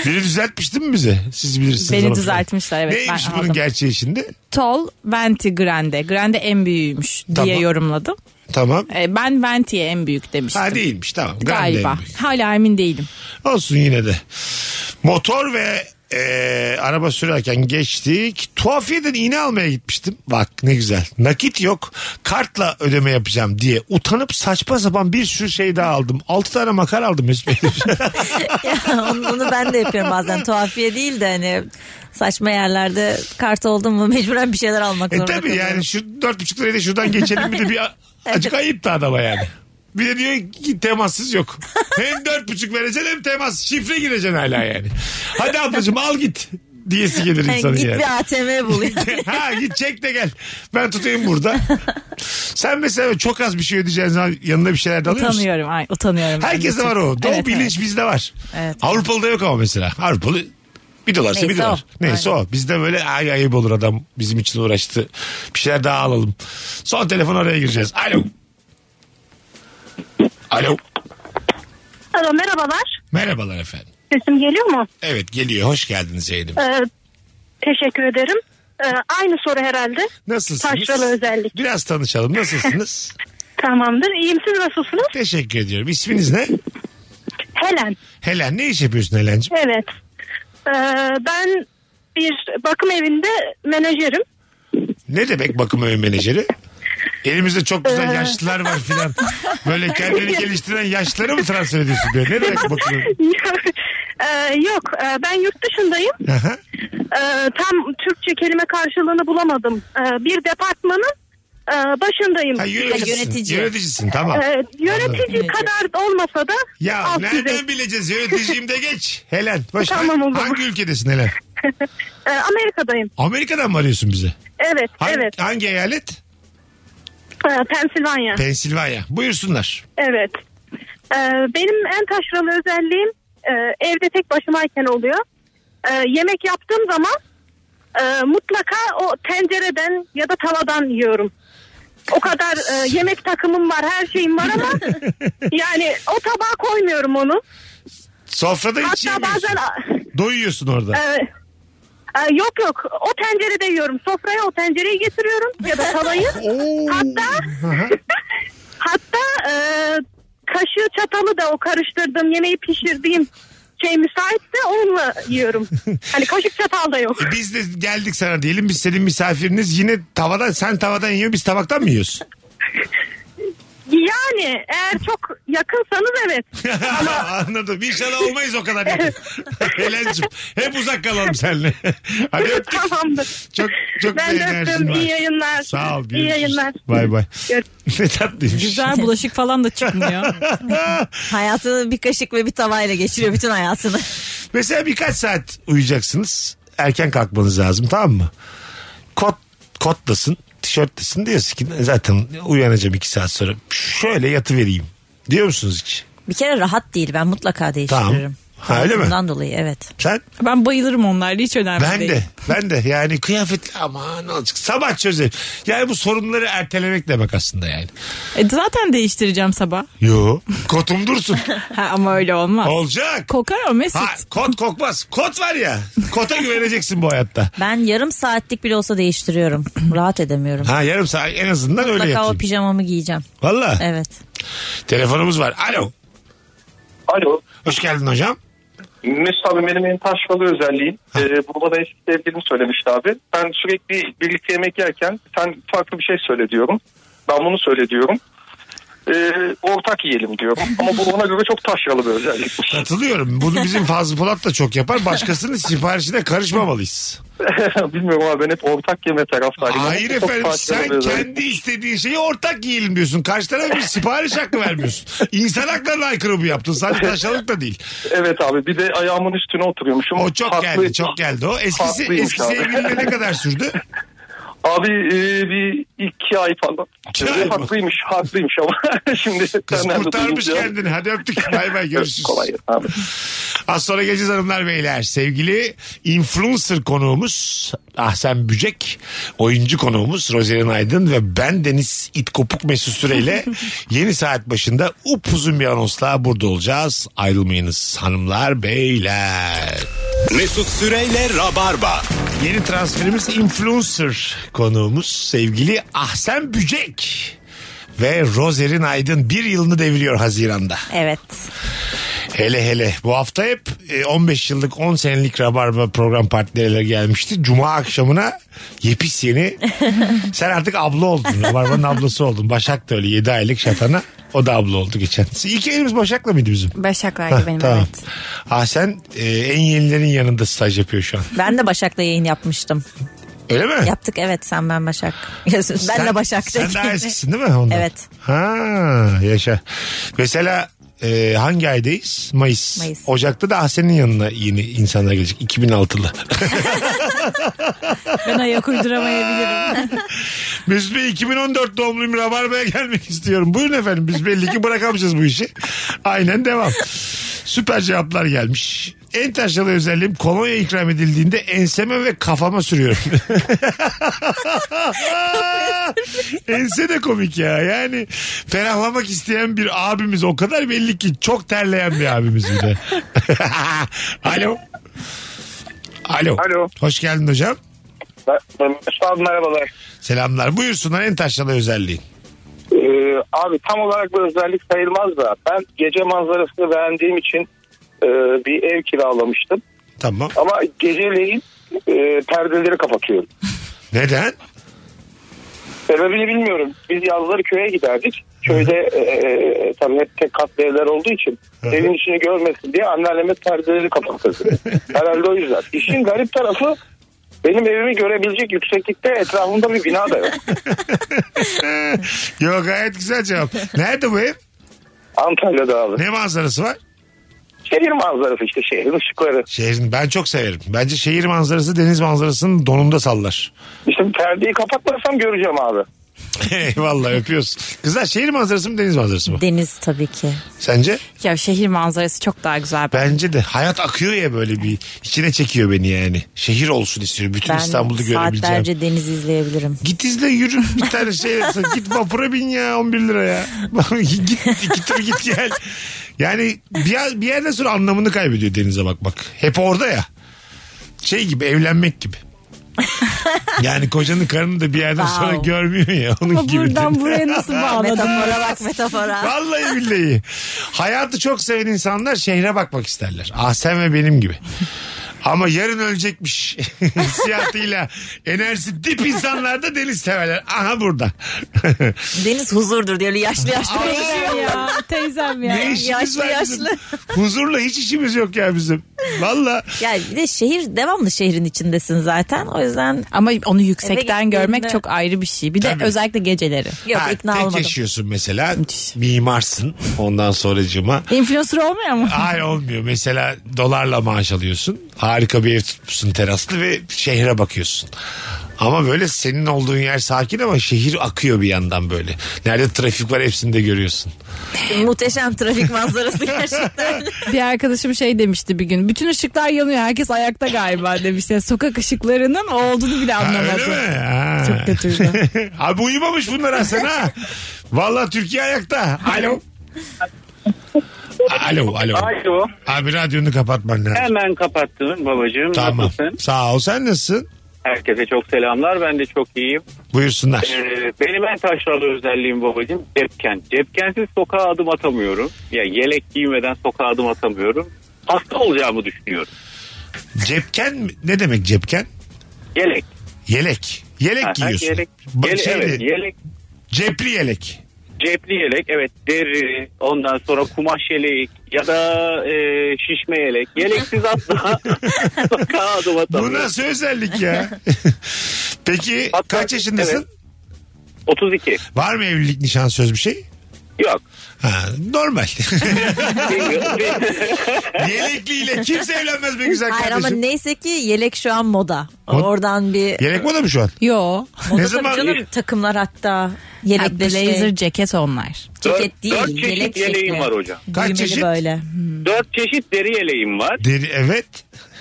Speaker 3: Beni düzeltmiştin mi bize? Siz bilirsiniz.
Speaker 5: Beni
Speaker 3: ama.
Speaker 5: düzeltmişler, evet,
Speaker 3: Neymiş
Speaker 5: ben
Speaker 3: bunun
Speaker 5: aldım.
Speaker 3: gerçeği şimdi?
Speaker 5: Tol Venti Grande. Grande en büyüğüymüş diye
Speaker 3: Tamam.
Speaker 5: yorumladım.
Speaker 3: Tamam.
Speaker 5: E, ben Venti'ye en büyük demiştim.
Speaker 3: Ha değilmiş tamam. Grande
Speaker 5: Galiba.
Speaker 3: miymiş?
Speaker 5: Hala emin değilim.
Speaker 3: Olsun yine de. Motor ve e, araba sürerken geçtik. Tuhafiyeden iğne almaya gitmiştim. Bak ne güzel. Nakit yok. Kartla ödeme yapacağım diye. Utanıp saçma sapan bir sürü şey daha aldım. 6 tane makar aldım Mesut
Speaker 5: <laughs>
Speaker 3: Bey.
Speaker 4: <laughs> onu, onu ben de yapıyorum bazen. Tuhafiye değil de hani saçma yerlerde kart oldum mu mecburen bir şeyler almak
Speaker 3: E
Speaker 4: zorunda
Speaker 3: tabii
Speaker 4: kalıyorum. <laughs>
Speaker 3: yani şu dört buçuk lirayı da şuradan geçelim bir de bir a- acık ayıp da adama yani. Bir de diyor ki temassız yok. hem dört buçuk vereceksin hem temas. Şifre gireceksin hala yani. Hadi ablacığım al git diyesi
Speaker 4: <laughs>
Speaker 3: gelir insanın
Speaker 4: Hani Git
Speaker 3: yani.
Speaker 4: bir ATM bul.
Speaker 3: <laughs> ha git çek de gel. Ben tutayım burada. Sen mesela çok az bir şey ödeyeceğin zaman yanında bir şeyler de alıyor musun?
Speaker 5: Utanıyorum. Ay, utanıyorum. ben.
Speaker 3: Herkeste var o. Doğu
Speaker 5: Evet,
Speaker 3: bilinç bizde var.
Speaker 5: Evet.
Speaker 3: Avrupalı'da yok ama mesela. Avrupalı bir dolarsa bir
Speaker 4: Neyse
Speaker 3: dolar.
Speaker 4: o.
Speaker 3: Neyse o. Bizde böyle ay ayıp olur adam bizim için uğraştı. Bir şeyler daha alalım. Son telefon oraya gireceğiz. Alo. Alo.
Speaker 9: Alo merhabalar.
Speaker 3: Merhabalar efendim.
Speaker 9: Sesim geliyor mu?
Speaker 3: Evet geliyor. Hoş geldiniz yayınım.
Speaker 9: Ee, teşekkür ederim. Ee, aynı soru herhalde.
Speaker 3: Nasılsınız?
Speaker 9: Taşralı özellik.
Speaker 3: Biraz tanışalım. Nasılsınız?
Speaker 9: Tamamdır. İyiyim siz nasılsınız?
Speaker 3: Teşekkür ediyorum. İsminiz ne?
Speaker 9: Helen.
Speaker 3: Helen. Ne iş yapıyorsun Helen'ciğim?
Speaker 9: Evet. Ee, ben bir bakım evinde menajerim.
Speaker 3: Ne demek bakım evi menajeri? Elimizde çok
Speaker 9: Ee.
Speaker 3: güzel yaşlılar var filan. Böyle kendini
Speaker 9: <laughs>
Speaker 3: geliştiren yaşlılara mı transfer ediyorsun diyor. Ne demek bakım evi?
Speaker 9: Ee, yok e, ben yurt dışındayım.
Speaker 3: Aha.
Speaker 9: Ee, tam Türkçe kelime karşılığını bulamadım. Ee, bir departmanın e, başındayım.
Speaker 3: Ha, yöneticisin.
Speaker 4: Yönetici.
Speaker 3: Yöneticisin tamam.
Speaker 9: Ee, yönetici
Speaker 3: Anladım.
Speaker 9: kadar olmasa da
Speaker 3: Ya
Speaker 9: alt
Speaker 3: nereden
Speaker 9: düzey.
Speaker 3: bileceğiz? Yöneticiyim de geç. Helen. Başka
Speaker 9: Tamam o zaman.
Speaker 3: hangi ülkedesin Helen?
Speaker 9: <laughs> Ee, Amerika'dayım.
Speaker 3: Amerika'dan mı arıyorsun bize?
Speaker 9: Evet,
Speaker 3: Hangi,
Speaker 9: evet.
Speaker 3: hangi eyalet?
Speaker 9: Ee, Pensilvanya.
Speaker 3: Pensilvanya. Buyursunlar.
Speaker 9: Evet. Ee, benim en taşralı özelliğim e, evde tek başımayken oluyor. Ee, yemek yaptığım zaman e, mutlaka o tencereden ya da tavadan yiyorum. O kadar e, yemek takımım var, her şeyim var ama yani o tabağa koymuyorum onu.
Speaker 3: Sofrada hiç
Speaker 9: Hatta
Speaker 3: yemiyorsun.
Speaker 9: bazen
Speaker 3: Doyuyorsun orada.
Speaker 9: e, e, yok yok o tencerede yiyorum. Sofraya o tencereyi getiriyorum ya da tavayı.
Speaker 3: <laughs> Oo.
Speaker 9: Hatta <laughs> hatta e, kaşığı çatalı da o karıştırdığım yemeği pişirdiğim şey müsaitse onunla
Speaker 3: <laughs>
Speaker 9: yiyorum. Hani kaşık çatal da yok.
Speaker 3: Biz de geldik sana diyelim. Biz senin misafiriniz. Yine tavadan sen tavadan yiyor biz tabaktan mı yiyoruz?
Speaker 9: Yani eğer çok yakınsanız evet.
Speaker 3: <laughs> Anladım. İnşallah olmayız o kadar yakın. <laughs> Helen'cim hep uzak kalalım seninle. <laughs> Hadi öptük.
Speaker 9: <laughs> Tamamdır.
Speaker 3: Çok çok
Speaker 9: ben
Speaker 3: bir
Speaker 9: de
Speaker 3: enerjin
Speaker 9: öptüm.
Speaker 3: var.
Speaker 9: İyi yayınlar.
Speaker 3: Sağ ol.
Speaker 9: İyi
Speaker 3: görüşürüz.
Speaker 9: yayınlar.
Speaker 3: Bay bay.
Speaker 9: Görüşürüz.
Speaker 3: ne tatlıymış.
Speaker 5: Güzel bulaşık falan da çıkmıyor.
Speaker 4: hayatını bir kaşık ve bir tavayla geçiriyor bütün hayatını.
Speaker 3: Mesela birkaç saat uyuyacaksınız. Erken kalkmanız lazım tamam mı? Kot, kotlasın, tişörtlesin diyorsun ki zaten uyanacağım iki saat sonra. Şöyle yatıvereyim. Diyor musunuz hiç?
Speaker 4: Bir kere rahat değil ben mutlaka değiştiririm.
Speaker 3: Tamam. Ha, öyle mi?
Speaker 4: Bundan dolayı evet.
Speaker 3: Sen?
Speaker 5: ben bayılırım onlarla hiç önemli
Speaker 3: Ben
Speaker 5: değil.
Speaker 3: de. Ben de. Yani kıyafet aman ne olacak. Sabah çözerim. Yani bu sorunları ertelemek demek aslında yani.
Speaker 5: E, zaten değiştireceğim sabah.
Speaker 3: Yo. Kotum dursun.
Speaker 5: Ha, ama öyle olmaz.
Speaker 3: Olacak.
Speaker 5: Kokar o Mesut.
Speaker 3: Ha, kot kokmaz. Kot var ya. Kota güveneceksin bu hayatta.
Speaker 4: Ben yarım saatlik bile
Speaker 3: <clears throat>
Speaker 4: olsa değiştiriyorum. rahat edemiyorum.
Speaker 3: Ha yarım saat en azından öyle
Speaker 4: Mutlaka o
Speaker 3: yapayım.
Speaker 4: pijamamı giyeceğim.
Speaker 3: Valla.
Speaker 4: Evet.
Speaker 3: Telefonumuz var. Alo.
Speaker 7: Alo.
Speaker 3: Hoş geldin hocam.
Speaker 7: Mesut abi benim en taşmalı özelliğim. Ee, bunu bana eski sevgilim söylemişti abi. Ben sürekli birlikte yemek yerken sen farklı bir şey söyle diyorum. Ben bunu söyle diyorum. Ee, ortak yiyelim diyorum. Ama bu ona göre çok taşralı bir özellikmiş. <laughs>
Speaker 3: Katılıyorum. Bunu bizim Fazlı Polat da çok yapar. Başkasının siparişine karışmamalıyız.
Speaker 7: Bilmiyorum abi ben hep ortak yeme taraftarıyım.
Speaker 3: Hayır
Speaker 7: Çok
Speaker 3: efendim
Speaker 7: taşralı bir
Speaker 3: sen
Speaker 7: özellik.
Speaker 3: kendi istediğin şeyi ortak yiyelim diyorsun. Karşı tarafa bir sipariş hakkı
Speaker 7: <laughs>
Speaker 3: vermiyorsun. İnsan haklarına aykırı bu yaptın. Sadece taşralık da değil.
Speaker 7: Evet abi bir de ayağımın üstüne oturuyormuşum.
Speaker 3: O çok
Speaker 7: Haklı-
Speaker 3: geldi çok geldi o. Eskisi,
Speaker 7: Haklıymış
Speaker 3: eski
Speaker 7: abi.
Speaker 3: sevgilinle ne kadar
Speaker 7: <laughs>
Speaker 3: sürdü?
Speaker 7: Abi e, bir iki ay falan.
Speaker 3: İki ay mı?
Speaker 7: haklıymış, haklıymış ama <laughs> şimdi
Speaker 3: Kız
Speaker 7: sen nerede
Speaker 3: kurtarmış
Speaker 7: duyunca-
Speaker 3: kendini. Hadi öptük. Bay bay görüşürüz.
Speaker 7: Kolay gelsin abi.
Speaker 3: Az sonra geleceğiz hanımlar beyler. Sevgili influencer konuğumuz Ahsen Bücek, oyuncu konuğumuz Rozerin Aydın ve ben Deniz İt Kopuk Mesut Süreyle yeni saat başında upuzun bir anonsla burada olacağız. Ayrılmayınız hanımlar beyler.
Speaker 2: Mesut Süreyle Rabarba.
Speaker 3: Yeni transferimiz influencer konuğumuz sevgili Ahsen Bücek ve Rozerin Aydın bir yılını deviriyor Haziran'da.
Speaker 4: Evet.
Speaker 3: Hele hele bu hafta hep e, 15 yıllık 10 senelik Rabarba program partnerleri gelmişti. Cuma akşamına
Speaker 10: <laughs>
Speaker 3: yepis yeni. Sen artık abla oldun. Rabarba'nın ablası oldun. Başak da öyle 7 aylık şatana. O da abla oldu geçen. İlk elimiz Başak'la mıydı bizim?
Speaker 10: Başaklar'da
Speaker 3: Hah,
Speaker 10: benim
Speaker 3: tamam.
Speaker 10: evet.
Speaker 3: Ah sen e, en yenilerin yanında staj yapıyor şu an.
Speaker 4: Ben de Başak'la yayın yapmıştım.
Speaker 3: Öyle mi?
Speaker 4: Yaptık evet sen ben Başak. <laughs> ben de
Speaker 3: Sen-
Speaker 4: Başak.
Speaker 3: Sen daha eskisin değil mi ondan?
Speaker 4: Evet.
Speaker 3: Ha yaşa. Mesela e, hangi aydayız? Mayıs.
Speaker 4: Mayıs.
Speaker 3: Ocak'ta da Ahsen'in yanına yeni insanlar gelecek. 2006'lı.
Speaker 5: Ben ayak uyduramayabilirim.
Speaker 3: Mesut Bey 2014 doğumluyum Rabarba'ya gelmek istiyorum. Buyurun efendim biz belli ki bırakamayacağız bu işi. Aynen devam. Süper cevaplar gelmiş. En taşralı özelliğim kolonya ikram edildiğinde enseme ve kafama sürüyorum. <laughs> Ense de komik ya. Yani ferahlamak isteyen bir abimiz o kadar belli ki çok terleyen bir abimiz bir de. <laughs> Alo. Alo.
Speaker 7: Alo.
Speaker 3: Hoş geldin hocam.
Speaker 7: Üstad merhabalar.
Speaker 3: Selamlar. Buyursunlar en taşralı özelliğin.
Speaker 7: Ee, abi tam olarak bir özellik sayılmaz da ben gece manzarasını beğendiğim için e, bir ev kiralamıştım.
Speaker 3: Tamam.
Speaker 7: Ama geceleyin e, perdeleri kapatıyorum.
Speaker 3: Neden? <laughs>
Speaker 7: Sebebini bilmiyorum. Biz yazları köye giderdik. Köyde e, e, tabii hep tek katlı evler olduğu için
Speaker 3: hı.
Speaker 7: evin içini görmesin diye anneanneme perdeleri kapatırdı. Herhalde o yüzden. İşin garip tarafı benim evimi görebilecek yükseklikte etrafımda bir bina da yok.
Speaker 3: Yok gayet güzel cevap. Nerede bu ev?
Speaker 7: Antalya'da abi.
Speaker 3: Ne manzarası var?
Speaker 7: Şehir manzarası işte şehrin ışıkları.
Speaker 3: Şehrin ben çok severim. Bence şehir manzarası deniz manzarasının donunda sallar. <laughs>
Speaker 7: İşte perdeyi kapatmasam göreceğim abi.
Speaker 3: Eyvallah öpüyoruz. Kızlar şehir manzarası mı deniz manzarası mı?
Speaker 4: Deniz tabii ki.
Speaker 3: Sence?
Speaker 5: ya şehir manzarası çok daha güzel.
Speaker 3: Bence de hayat akıyor ya böyle bir içine çekiyor beni yani. Şehir olsun istiyor. Bütün
Speaker 4: Ben
Speaker 3: İstanbul'u görebileceğim.
Speaker 4: saatlerce deniz izleyebilirim.
Speaker 3: Git izle yürü bir tane şey yapsın. Git vapura bin ya 11 lira ya. <laughs> git iki tur git gel. Yani bir, yer- bir yerden sonra anlamını kaybediyor denize bakmak. Hep orada ya. Şey gibi evlenmek gibi. Yani kocanın karını da bir yerden
Speaker 4: Wow.
Speaker 3: sonra görmüyor ya onun
Speaker 5: Ama
Speaker 3: gibi.
Speaker 5: buradan buraya
Speaker 3: <laughs>
Speaker 5: nasıl bağladın?
Speaker 4: Metafora bak metafora.
Speaker 3: Vallahi billahi. Hayatı çok seven insanlar şehre bakmak isterler. Ah sen ve benim gibi. Ama yarın ölecekmiş <laughs> hissiyatıyla enerjisi dip insanlar da deniz severler. Aha
Speaker 4: <laughs>
Speaker 3: burada.
Speaker 4: Deniz huzurdur diyor. Yaşlı yaşlı konuşuyor.
Speaker 5: Teyzem
Speaker 4: <laughs>
Speaker 5: ya. Teyzem ya.
Speaker 3: ne işimiz
Speaker 4: yaşlı
Speaker 3: var
Speaker 4: yaşlı.
Speaker 3: bizim? Huzurla hiç işimiz yok ya bizim. Valla.
Speaker 4: Ya bir de şehir devamlı şehrin içindesin zaten. O yüzden
Speaker 5: Ama onu
Speaker 4: Eve
Speaker 5: yüksekten görmek
Speaker 4: gittiğinde-
Speaker 5: çok ayrı bir şey. Bir de
Speaker 3: Tabii.
Speaker 5: özellikle geceleri.
Speaker 4: yok
Speaker 3: Ha,
Speaker 4: ikna
Speaker 3: tek
Speaker 4: olmadım.
Speaker 3: yaşıyorsun mesela.
Speaker 5: Müthiş.
Speaker 3: Mimarsın ondan sonracığıma.
Speaker 5: Influencer olmuyor mu?
Speaker 3: Hayır olmuyor. Mesela dolarla maaş alıyorsun. Harika bir ev tutmuşsun teraslı ve şehre bakıyorsun. Ama böyle senin olduğun yer sakin ama şehir akıyor bir yandan böyle. Nerede trafik var hepsini de görüyorsun.
Speaker 4: Muhteşem trafik manzarası gerçekten.
Speaker 5: Bir arkadaşım şey demişti bir gün. Bütün ışıklar yanıyor. Herkes ayakta galiba demişti. Yani sokak ışıklarının o olduğunu bile
Speaker 3: Ha,
Speaker 5: anlamadı.
Speaker 3: öyle mi? Ha.
Speaker 5: Çok kötüydü.
Speaker 3: <laughs> Abi uyumamış bunlar Hasan ha. Valla Türkiye ayakta. Alo. Alo, alo.
Speaker 6: Alo.
Speaker 3: Abi radyonu kapatman lazım.
Speaker 6: Hemen kapattım babacığım.
Speaker 3: Tamam.
Speaker 6: Nasılsın?
Speaker 3: Sağ ol. Sen nasılsın?
Speaker 6: Herkese çok selamlar. Ben de çok iyiyim.
Speaker 3: Buyursunlar.
Speaker 6: Ee, benim en taşralı özelliğim babacığım cepken. Cepkensiz sokağa adım atamıyorum. Ya yelek giymeden sokağa adım atamıyorum. Hasta olacağımı düşünüyorum.
Speaker 3: Cepken mi? Ne demek cepken?
Speaker 6: Yelek.
Speaker 3: Yelek. Yelek
Speaker 6: Aha,
Speaker 3: giyiyorsun. şey-
Speaker 6: Yelek.
Speaker 3: Ba-
Speaker 6: Yelek,
Speaker 3: şeyli,
Speaker 6: evet, yelek.
Speaker 3: Cepli yelek.
Speaker 6: Cepli yelek evet deri ondan sonra kumaş yelek ya da e, şişme yelek. Yeleksiz asla <laughs> sokağa adım
Speaker 3: Bu
Speaker 6: atamıyorum.
Speaker 3: nasıl
Speaker 6: <laughs>
Speaker 3: özellik ya? Peki
Speaker 6: Hatta-
Speaker 3: kaç yaşındasın?
Speaker 6: evet. 32.
Speaker 3: Var mı evlilik nişan söz bir şey?
Speaker 6: Yok.
Speaker 3: Ha,
Speaker 6: <laughs>
Speaker 3: normal.
Speaker 6: Bilmiyorum.
Speaker 3: Yelekliyle kimse evlenmez be güzel
Speaker 4: Hayır ama
Speaker 3: kardeşim.
Speaker 4: neyse ki yelek şu an moda.
Speaker 3: Mod-
Speaker 4: Oradan bir
Speaker 3: Yelek moda mı şu an?
Speaker 5: Yo.
Speaker 4: moda
Speaker 3: ne
Speaker 4: tabii
Speaker 3: zaman-
Speaker 4: canım takımlar hatta yelek
Speaker 5: Hatta
Speaker 4: işte,
Speaker 5: blazer ceket onlar.
Speaker 4: ceket değil
Speaker 6: dört çeşit
Speaker 4: yelek
Speaker 6: yeleğim
Speaker 4: şekli.
Speaker 6: var hocam.
Speaker 3: Kaç
Speaker 4: Düğmeli
Speaker 3: çeşit?
Speaker 4: böyle.
Speaker 6: Dört çeşit deri yeleğim var.
Speaker 3: Deri, evet.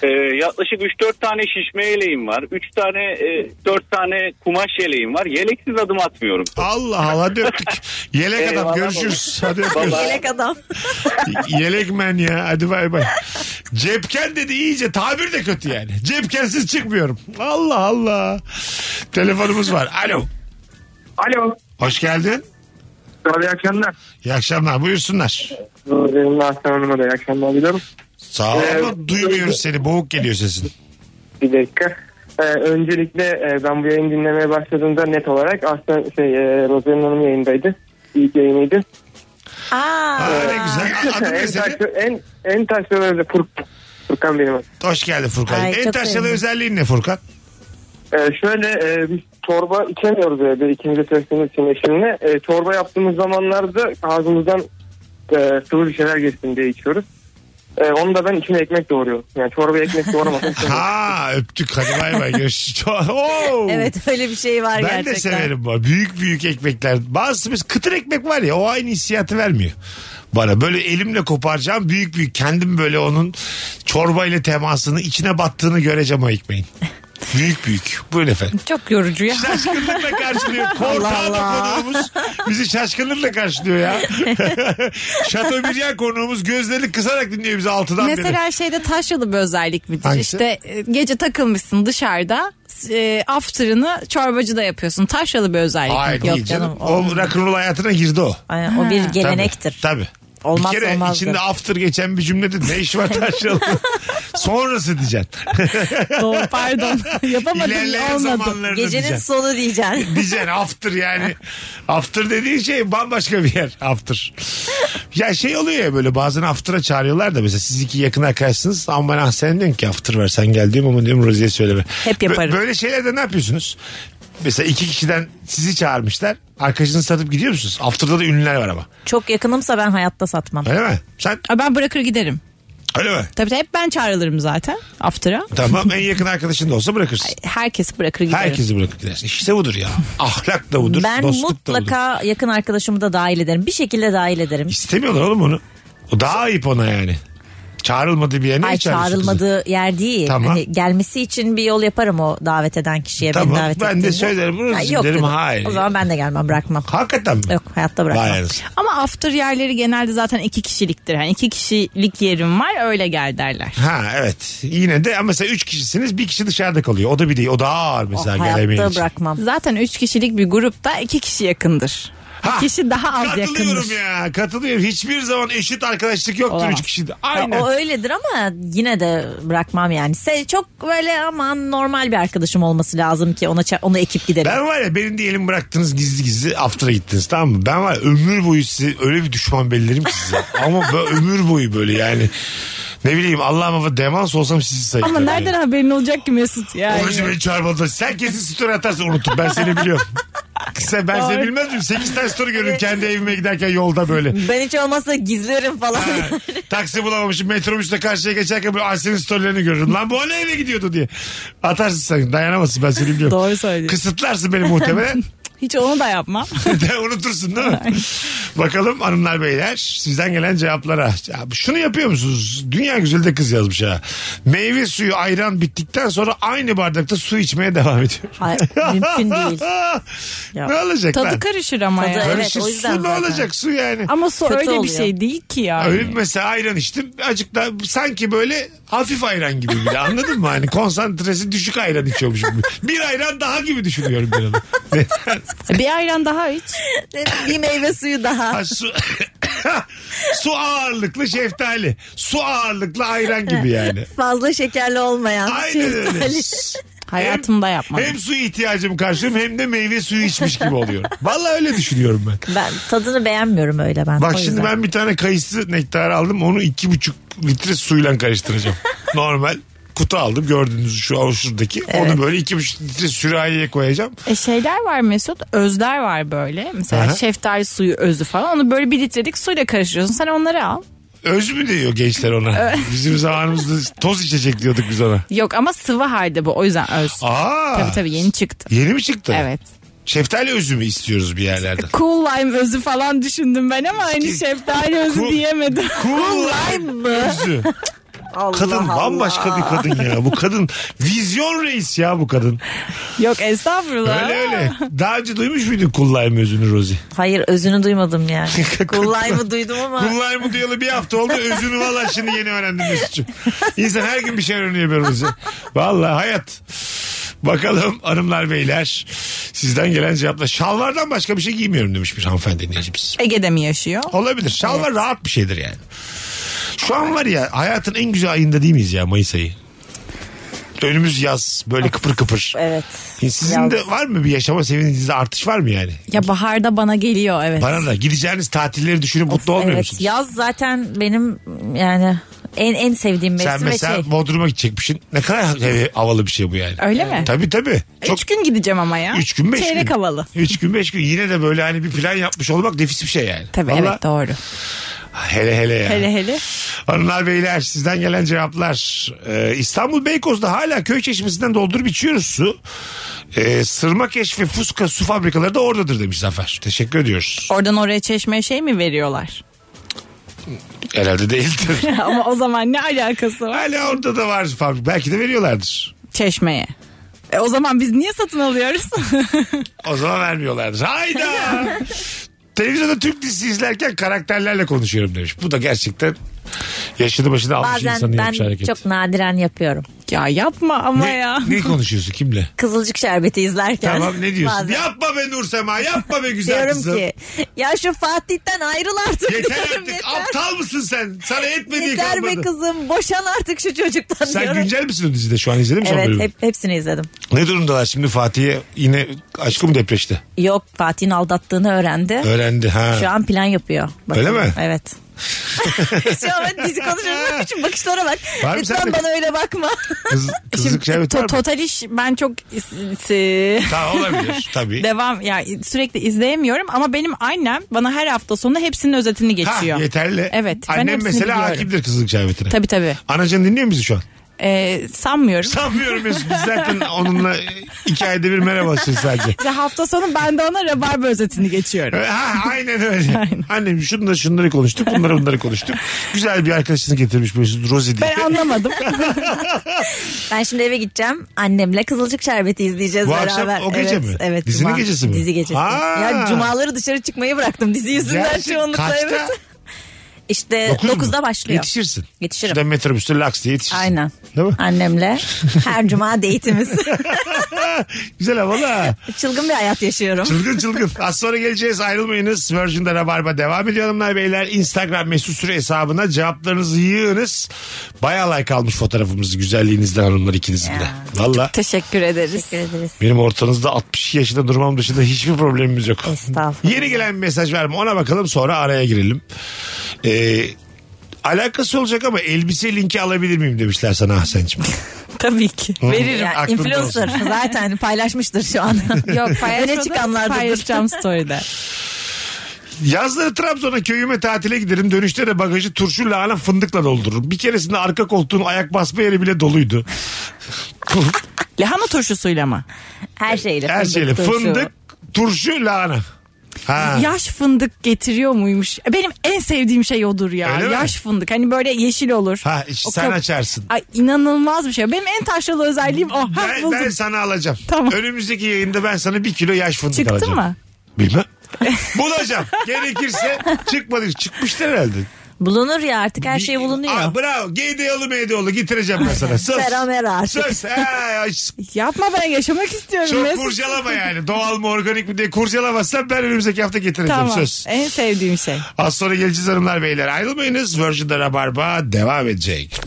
Speaker 6: Ee, yaklaşık 3-4 tane şişme yeleğim var. 3 tane, e, 4 tane kumaş yeleğim var. Yeleksiz adım atmıyorum.
Speaker 3: Allah Allah hadi öptük. Yelek adam
Speaker 6: Eyvallah
Speaker 3: görüşürüz. Hadi öpüyoruz.
Speaker 6: Vallahi.
Speaker 4: Yelek adam.
Speaker 3: <laughs> Yelek men ya hadi bay bay. Cepken dedi iyice tabir de kötü yani. Cepkensiz çıkmıyorum. Allah Allah. Telefonumuz var. Alo.
Speaker 7: Alo.
Speaker 3: Hoş geldin.
Speaker 7: İyi akşamlar.
Speaker 3: İyi akşamlar buyursunlar.
Speaker 7: Benim de Aslan Hanım'a da iyi akşamlar diliyorum.
Speaker 3: Sağ ol ama
Speaker 7: Evet.
Speaker 3: duymuyoruz seni boğuk geliyor sesin.
Speaker 7: Bir dakika. Ee, öncelikle e, ben bu yayını dinlemeye başladığımda net olarak Aslan şey e, Rozen Hanım yayındaydı. İlk yayınıydı.
Speaker 4: Aa,
Speaker 3: Aa, ne güzel. Adın ne
Speaker 7: en,
Speaker 3: senin?
Speaker 7: taşlı, en, en taşlı Furkan. Furkan benim adım.
Speaker 3: Hoş geldin Furkan.
Speaker 4: Ay,
Speaker 3: en
Speaker 4: çok
Speaker 3: taşralı
Speaker 4: sevindim.
Speaker 3: özelliğin ne Furkan?
Speaker 10: Ee, şöyle e, biz çorba içemiyoruz evde ikimize çalıştığımız için eşimle. E, çorba yaptığımız zamanlarda ağzımızdan e, sıvı bir şeyler geçsin diye içiyoruz. E, onu da ben içine ekmek doğruyorum. Yani çorba ekmek doğramasam.
Speaker 3: Ha öptük hadi bay bay görüşürüz. <laughs> Çok- Oo!
Speaker 4: <laughs> Evet öyle bir şey var
Speaker 3: Ben
Speaker 4: gerçekten.
Speaker 3: de severim bu. Büyük büyük ekmekler. Bazısı biz kıtır ekmek var ya o aynı hissiyatı vermiyor bana. Böyle elimle koparacağım büyük büyük kendim böyle onun çorbayla temasını içine battığını göreceğim o ekmeğin. Büyük büyük. Buyurun efendim.
Speaker 5: Çok yorucu ya.
Speaker 3: Şaşkınlıkla <laughs> karşılıyor. Kortağına konuğumuz bizi şaşkınlıkla karşılıyor <laughs> ya. Şatobriyan konuğumuz gözlerini kısarak dinliyor bizi altıdan beri.
Speaker 5: Mesela şeyde taşralı bir özellik midir?
Speaker 3: Hangisi?
Speaker 5: İşte e, gece takılmışsın dışarıda e, after'ını çorbacıda yapıyorsun. Taşralı bir özellik
Speaker 3: Hayır
Speaker 5: mi?
Speaker 3: değil canım. O rock'n'roll hayatına girdi o.
Speaker 4: Ay, o bir gelenektir.
Speaker 3: Tabii. tabii.
Speaker 4: Olmazsa
Speaker 3: bir kere
Speaker 4: olmazdır.
Speaker 3: içinde after geçen bir cümlede ne iş var taşralı? Sonrası diyeceksin.
Speaker 5: Doğru,
Speaker 3: <laughs>
Speaker 5: pardon. Yapamadım
Speaker 3: İlerleyen
Speaker 5: olmadı.
Speaker 3: zamanlarını
Speaker 4: Gecenin
Speaker 3: diyeceksin. <laughs>
Speaker 4: sonu diyeceksin.
Speaker 3: Diyeceksin after yani. After dediğin şey bambaşka bir yer after. ya şey oluyor ya böyle bazen after'a çağırıyorlar da mesela siz iki yakın arkadaşsınız ama ben ah sen diyorsun ki after ver sen gel diyorum ama diyorum Rozi'ye söyleme.
Speaker 5: Hep yaparım.
Speaker 3: Bö- böyle şeylerde ne yapıyorsunuz? Mesela iki kişiden sizi çağırmışlar. Arkadaşınızı satıp gidiyor musunuz? After'da da ünlüler var ama.
Speaker 4: Çok yakınımsa ben hayatta satmam.
Speaker 3: Öyle mi? Sen
Speaker 5: Aa, Ben bırakır giderim.
Speaker 3: öyle mi?
Speaker 5: Tabii tabii hep ben çağrılırım zaten after'a.
Speaker 3: Tamam en yakın arkadaşın da olsa bırakırsın.
Speaker 5: Herkesi bırakır giderim.
Speaker 3: Herkesi bırakıp gidersin. İşte budur ya. Ahlak da budur.
Speaker 4: ben
Speaker 3: dostluk da budur.
Speaker 4: mutlaka yakın arkadaşımı da dahil ederim. Bir şekilde dahil ederim.
Speaker 3: İstemiyorlar oğlum onu. O daha ayıp ona yani. Çağrılmadığı bir yerine
Speaker 4: Ay
Speaker 3: çağırıyorsun kızı?
Speaker 4: çağrılmadığı yer değil.
Speaker 3: Tamam.
Speaker 4: Hani gelmesi için bir yol yaparım o davet eden kişiye. beni
Speaker 3: Tamam,
Speaker 4: davet
Speaker 3: ben de
Speaker 4: ettiğinde.
Speaker 3: söylerim, bunu
Speaker 4: Ha,
Speaker 3: izin
Speaker 4: yok
Speaker 3: derim,
Speaker 4: dedim.
Speaker 3: hayır.
Speaker 4: O zaman ben de gelmem bırakmam.
Speaker 3: Hakikaten mi?
Speaker 4: Yok hayatta bırakmam.
Speaker 3: Vay anasını.
Speaker 5: Ama after yerleri genelde zaten iki kişiliktir. Hani iki kişilik yerim var öyle gel derler.
Speaker 3: Ha evet. Yine de ama mesela üç kişisiniz bir kişi dışarıda kalıyor. O da bir değil. O daha ağır
Speaker 4: O
Speaker 3: mesela gelemeyen
Speaker 4: Oh, hayatta
Speaker 3: için.
Speaker 4: bırakmam.
Speaker 5: Zaten üç kişilik bir grupta iki kişi yakındır.
Speaker 3: Ha,
Speaker 5: Bir kişi daha az
Speaker 3: Katılıyorum
Speaker 5: yakındır.
Speaker 3: ya. Katılıyorum. Hiçbir zaman eşit arkadaşlık yoktur
Speaker 5: Olamaz.
Speaker 3: üç kişide.
Speaker 4: Ya,
Speaker 3: Aynen.
Speaker 4: O öyledir ama yine de bırakmam yani. Se çok böyle aman normal bir arkadaşım olması lazım ki ona ça- onu ekip giderim.
Speaker 3: Ben var ya benim diyelim bıraktınız gizli gizli after'a gittiniz tamam mı? Ben var ya, ömür boyu sizi öyle bir düşman bellerim ki size. Ama böyle ömür boyu böyle yani. Ne bileyim Allah'ım ama demans olsam sizi sayıklarım.
Speaker 5: Ama nereden haberin olacak ki Mesut yani?
Speaker 3: Oracı beni çağırmadı. Sen kesin story atarsın unutup ben seni biliyorum. Sen, ben seni
Speaker 5: Doğru.
Speaker 3: bilmez miyim? 8 tane story görürüm kendi evime giderken yolda
Speaker 5: <laughs>
Speaker 3: böyle.
Speaker 4: Ben hiç olmazsa gizlerim falan.
Speaker 3: Ha, Taksi bulamamışım metrobüste karşıya geçerken böyle Aysen'in storylerini görürüm. Lan bu ne eve gidiyordu diye. Atarsın sen dayanamazsın ben seni biliyorum.
Speaker 5: Doğru söylüyorsun.
Speaker 3: Kısıtlarsın beni
Speaker 5: <laughs>
Speaker 3: muhtemelen.
Speaker 5: <laughs> Hiç onu da yapmam.
Speaker 3: <laughs> De unutursun değil mi? Bakalım hanımlar beyler sizden gelen cevaplara. Ya şunu yapıyor musunuz? Dünya güzeli de kız yazmış ha. Meyve suyu ayran bittikten sonra aynı bardakta su içmeye devam ediyor.
Speaker 4: Ay, mümkün değil. Ya.
Speaker 3: <laughs> ne olacak
Speaker 5: Tadı
Speaker 3: lan?
Speaker 5: karışır ama
Speaker 4: Tadı-
Speaker 5: ya.
Speaker 4: Evet,
Speaker 3: Karışık
Speaker 4: o yüzden
Speaker 3: su ne
Speaker 4: zaten.
Speaker 3: olacak su yani?
Speaker 5: Ama so
Speaker 4: Kötü
Speaker 5: öyle bir
Speaker 4: oluyor.
Speaker 5: şey değil ki yani.
Speaker 3: Öyle bir mesela ayran içtim. Azıcık da sanki böyle hafif ayran gibi bile anladın mı? Hani konsantresi düşük ayran içiyormuşum. gibi. Bir ayran daha gibi düşünüyorum ben onu.
Speaker 4: <laughs>
Speaker 5: Bir ayran daha <laughs> iç.
Speaker 4: bir meyve suyu daha.
Speaker 3: Ha, su, <coughs> su ağırlıklı şeftali. Su ağırlıklı ayran gibi yani.
Speaker 4: Fazla şekerli olmayan.
Speaker 3: Aynen öyle.
Speaker 4: şeftali.
Speaker 5: Şey Hayatımda
Speaker 3: <laughs>
Speaker 5: yapmam.
Speaker 3: Hem su ihtiyacımı karşılıyorum hem de meyve suyu içmiş gibi oluyorum. Vallahi öyle düşünüyorum ben.
Speaker 4: Ben tadını beğenmiyorum öyle ben.
Speaker 3: Bak
Speaker 4: O
Speaker 3: şimdi
Speaker 4: yüzden.
Speaker 3: ben bir tane kayısı nektarı aldım. Onu iki buçuk litre suyla karıştıracağım. Normal kutu aldım gördüğünüz şu o şuradaki. Onu böyle iki buçuk litre sürahiye koyacağım.
Speaker 5: E şeyler var Mesut. Özler var böyle. Mesela
Speaker 3: Aha.
Speaker 5: şeftali suyu özü falan. Onu böyle bir litrelik suyla karıştırıyorsun. Sen onları al.
Speaker 3: Öz mü diyor gençler ona? Bizim zamanımızda toz içecek diyorduk biz ona.
Speaker 5: Yok ama sıvı halde bu. O yüzden öz.
Speaker 3: Aa,
Speaker 5: Tabii tabii yeni çıktı.
Speaker 3: Yeni mi çıktı?
Speaker 5: Evet.
Speaker 3: Şeftali özü mü istiyoruz bir yerlerden?
Speaker 5: Cool lime özü falan düşündüm ben ama hani şeftali özü
Speaker 3: Cool-
Speaker 5: diyemedim.
Speaker 3: Cool lime özü. kadın bambaşka bir kadın ya. Bu kadın vizyon reis ya bu kadın.
Speaker 5: <laughs> Yok estağfurullah.
Speaker 3: Öyle öyle. Daha önce duymuş muydun cool lime özünü Rozi?
Speaker 4: Hayır özünü duymadım yani. Kulay mı duydum ama.
Speaker 3: Kullar mı duyalı bir hafta oldu. Özünü valla şimdi yeni öğrendim Mesut'cum. İnsan her gün bir şeyler öğreniyor böyle bize. Valla hayat. Bakalım hanımlar beyler sizden gelen cevapla. Şalvardan başka bir şey giymiyorum demiş bir hanımefendi dinleyicimiz.
Speaker 5: Ege'de mi yaşıyor?
Speaker 3: Olabilir. Şalvar rahat bir şeydir yani. Şu an var ya hayatın en güzel ayında değil miyiz ya Mayıs ayı? Önümüz yaz
Speaker 5: Ah.
Speaker 3: böyle kıpır kıpır.
Speaker 4: Evet.
Speaker 3: Sizin de var mı bir yaşama sevincinizde artış var mı yani?
Speaker 5: Ya baharda bana geliyor evet.
Speaker 3: Bana da gideceğiniz tatilleri düşünüp mutlu olmuyor
Speaker 4: Evet,
Speaker 3: musunuz?
Speaker 4: Yaz zaten benim yani En en sevdiğim mevsim
Speaker 3: Sen mesela
Speaker 4: ve şey.
Speaker 3: Bodrum'a gidecekmişsin. Ne kadar hev- havalı bir şey bu yani.
Speaker 5: Öyle mi?
Speaker 3: Tabii tabii. Çok
Speaker 5: Üç gün gideceğim ama ya.
Speaker 3: Üç gün beş gün.
Speaker 5: Çeyrek havalı.
Speaker 3: 3 gün 5 gün yine de böyle hani bir plan yapmış olmak nefis bir şey yani.
Speaker 5: Tabii
Speaker 3: Vallahi-
Speaker 5: evet doğru.
Speaker 3: Hele hele ya.
Speaker 5: Hele hele.
Speaker 3: Hanımlar beyler sizden gelen cevaplar. Ee, İstanbul Beykoz'da hala köy çeşmesinden doldurup içiyoruz su. Ee, Sırmakeş ve Fuska su fabrikaları da oradadır demiş Zafer. Teşekkür ediyoruz.
Speaker 5: Oradan oraya çeşmeye şey mi veriyorlar?
Speaker 3: Herhalde değildir.
Speaker 5: <laughs> ama o zaman ne alakası var
Speaker 3: hala orada da var fabrika. Belki de veriyorlardır.
Speaker 5: çeşmeye? E o zaman biz niye satın alıyoruz?
Speaker 3: O zaman vermiyorlardır. Hayda. Televizyonda Türk dizisi izlerken karakterlerle konuşuyorum demiş. Bu da gerçekten yaşını başını almış
Speaker 4: Bazen
Speaker 3: insanın
Speaker 4: ben
Speaker 3: yapmış şey hareket.
Speaker 4: çok nadiren yapıyorum.
Speaker 5: ya yapma ama ya.
Speaker 3: Ne, ne konuşuyorsun kimle?
Speaker 4: Kızılcık şerbeti izlerken.
Speaker 3: Tamam ne diyorsun?
Speaker 4: Bazen
Speaker 3: Yapma be Nursema yapma be güzel
Speaker 4: diyorum
Speaker 3: kızım.
Speaker 4: ki ya şu Fatih'ten ayrıl artık.
Speaker 3: Yeter
Speaker 4: diyorum,
Speaker 3: artık aptal mısın sen? Sana etmediği
Speaker 4: Yeter be
Speaker 3: kalmadı.
Speaker 4: kızım boşan artık şu çocuktan
Speaker 3: Sen
Speaker 4: diyorum.
Speaker 3: güncel misin o dizide şu an izledin mi son
Speaker 4: Evet
Speaker 3: bölümü?
Speaker 4: hep, hepsini izledim.
Speaker 3: Ne durumdalar şimdi Fatih'e yine aşkı mı depreşti?
Speaker 4: Yok Fatih'in aldattığını öğrendi.
Speaker 3: Öğrendi ha.
Speaker 4: Şu an plan yapıyor.
Speaker 3: Öyle mi?
Speaker 4: Evet.
Speaker 3: <laughs>
Speaker 4: Şu an ben dizi konuşuyorum. Şu bakışlara bak.
Speaker 3: Var mı
Speaker 4: Lütfen
Speaker 3: sende?
Speaker 4: bana öyle bakma.
Speaker 3: Kız, kızlık şerbet var
Speaker 5: To-
Speaker 3: mı?
Speaker 5: total iş ben çok is-
Speaker 4: e,
Speaker 5: si-
Speaker 3: Tamam
Speaker 4: <laughs>
Speaker 3: olabilir tabii.
Speaker 5: devam ya sürekli izleyemiyorum ama benim annem bana her hafta sonu hepsinin özetini
Speaker 3: ha,
Speaker 5: geçiyor.
Speaker 3: yeterli.
Speaker 5: Evet, ben
Speaker 3: Annem
Speaker 5: hepsini
Speaker 3: mesela
Speaker 5: biliyorum.
Speaker 3: hakimdir kızlık şerbetine.
Speaker 5: Tabii tabii.
Speaker 3: Anacan dinliyor musun şu an? <laughs>
Speaker 5: Ee, sanmıyorum.
Speaker 3: Sanmıyorum Mesut. Biz zaten onunla iki ayda bir merhabalaşırız sadece.
Speaker 5: İşte hafta sonu ben de ona rabarba özetini geçiyorum.
Speaker 3: Ha, aynen öyle. Annem şunları şunları konuştuk, bunları bunları konuştuk. Güzel bir arkadaşını getirmiş Mesut Rosie diye.
Speaker 5: Ben anlamadım.
Speaker 4: Ben şimdi eve gideceğim. Annemle Kızılcık Şerbeti izleyeceğiz
Speaker 3: Bu
Speaker 4: beraber.
Speaker 3: akşam o gece
Speaker 4: evet,
Speaker 3: mi?
Speaker 4: Evet.
Speaker 3: Dizinin gecesi mi?
Speaker 4: Dizi gecesi.
Speaker 3: Aa!
Speaker 4: Ya cumaları dışarı çıkmayı bıraktım dizi yüzünden
Speaker 3: Gerçi
Speaker 4: çoğunlukla.
Speaker 3: kaçta?
Speaker 4: Evet. İşte
Speaker 3: Dokuz mu?
Speaker 4: 9'da başlıyor.
Speaker 3: Yetişirsin.
Speaker 4: Yetişirim.
Speaker 3: Şuradan metrobüste laks diye yetişirsin.
Speaker 4: Aynen.
Speaker 3: Değil mi? <laughs>
Speaker 4: Annemle her cuma date'imiz.
Speaker 3: Güzel havalı ha.
Speaker 4: Çılgın bir hayat yaşıyorum.
Speaker 3: Çılgın çılgın. Az sonra geleceğiz ayrılmayınız. Virgin'de Rabarba devam ediyor hanımlar beyler. Instagram mesut süre hesabına cevaplarınızı yığınız. Baya like almış fotoğrafımızı güzelliğinizden hanımlar ikinizin de. Valla
Speaker 5: Teşekkür ederiz.
Speaker 4: Teşekkür ederiz.
Speaker 3: benim ortanızda 62 yaşında durmam dışında hiçbir problemimiz yok.
Speaker 4: Estağfurullah.
Speaker 3: Yeni gelen bir mesaj var mı ona bakalım sonra araya girelim. Ee, alakası olacak ama elbise linki alabilir miyim demişler sana Ahsen'cim.
Speaker 5: Tabii ki.
Speaker 3: Veririm.
Speaker 4: Ya, influencer zaten paylaşmıştır şu an. <laughs>
Speaker 5: Yok
Speaker 4: Öne
Speaker 5: paylaşmadım.
Speaker 4: çıkanlardır.
Speaker 5: Paylaşacağım story'de.
Speaker 3: Yazları Trabzon'a köyüme tatile giderim. Dönüşte de bagajı turşu lahana fındıkla doldururum. Bir keresinde arka koltuğun ayak basma yeri bile doluydu.
Speaker 5: Lahana turşusuyla mı?
Speaker 4: Her şeyle.
Speaker 3: Her şeyle
Speaker 4: turşu.
Speaker 3: fındık, turşu, lahana. Ha.
Speaker 5: Yaş fındık getiriyor muymuş? E, Benim en sevdiğim şey odur ya.
Speaker 3: Öyle mi?
Speaker 5: Yaş fındık. Hani böyle yeşil olur.
Speaker 3: Ha, işte
Speaker 5: O
Speaker 3: sen
Speaker 5: kap-
Speaker 3: açarsın.
Speaker 5: Ay inanılmaz bir şey. Benim en taşralı özelliğim o. Ha,
Speaker 3: Ben,
Speaker 5: buldum.
Speaker 3: ben sana alacağım.
Speaker 5: Tamam.
Speaker 3: Önümüzdeki yayında ben sana bir kilo yaş fındık
Speaker 5: Çıktı
Speaker 3: alacağım.
Speaker 5: mı?
Speaker 3: Bilmem. <laughs> Bulacağım. Gerekirse çıkmadı. Çıkmıştır herhalde.
Speaker 4: Bulunur ya artık her şey bulunuyor.
Speaker 3: Aa, bravo. Geydeoğlu meydeoğlu getireceğim ben sana. Söz.
Speaker 4: Seramera artık.
Speaker 3: Söz. Ha,
Speaker 5: Yapma ben yaşamak istiyorum.
Speaker 3: Çok
Speaker 5: Mesut.
Speaker 3: kurcalama yani. Doğal mı organik mi diye kurcalamazsan ben önümüzdeki hafta getireceğim
Speaker 5: Tamam.
Speaker 3: söz.
Speaker 5: En sevdiğim şey.
Speaker 3: Az sonra geleceğiz hanımlar beyler. Ayrılmayınız. Virgin'de Rabarba devam edecek.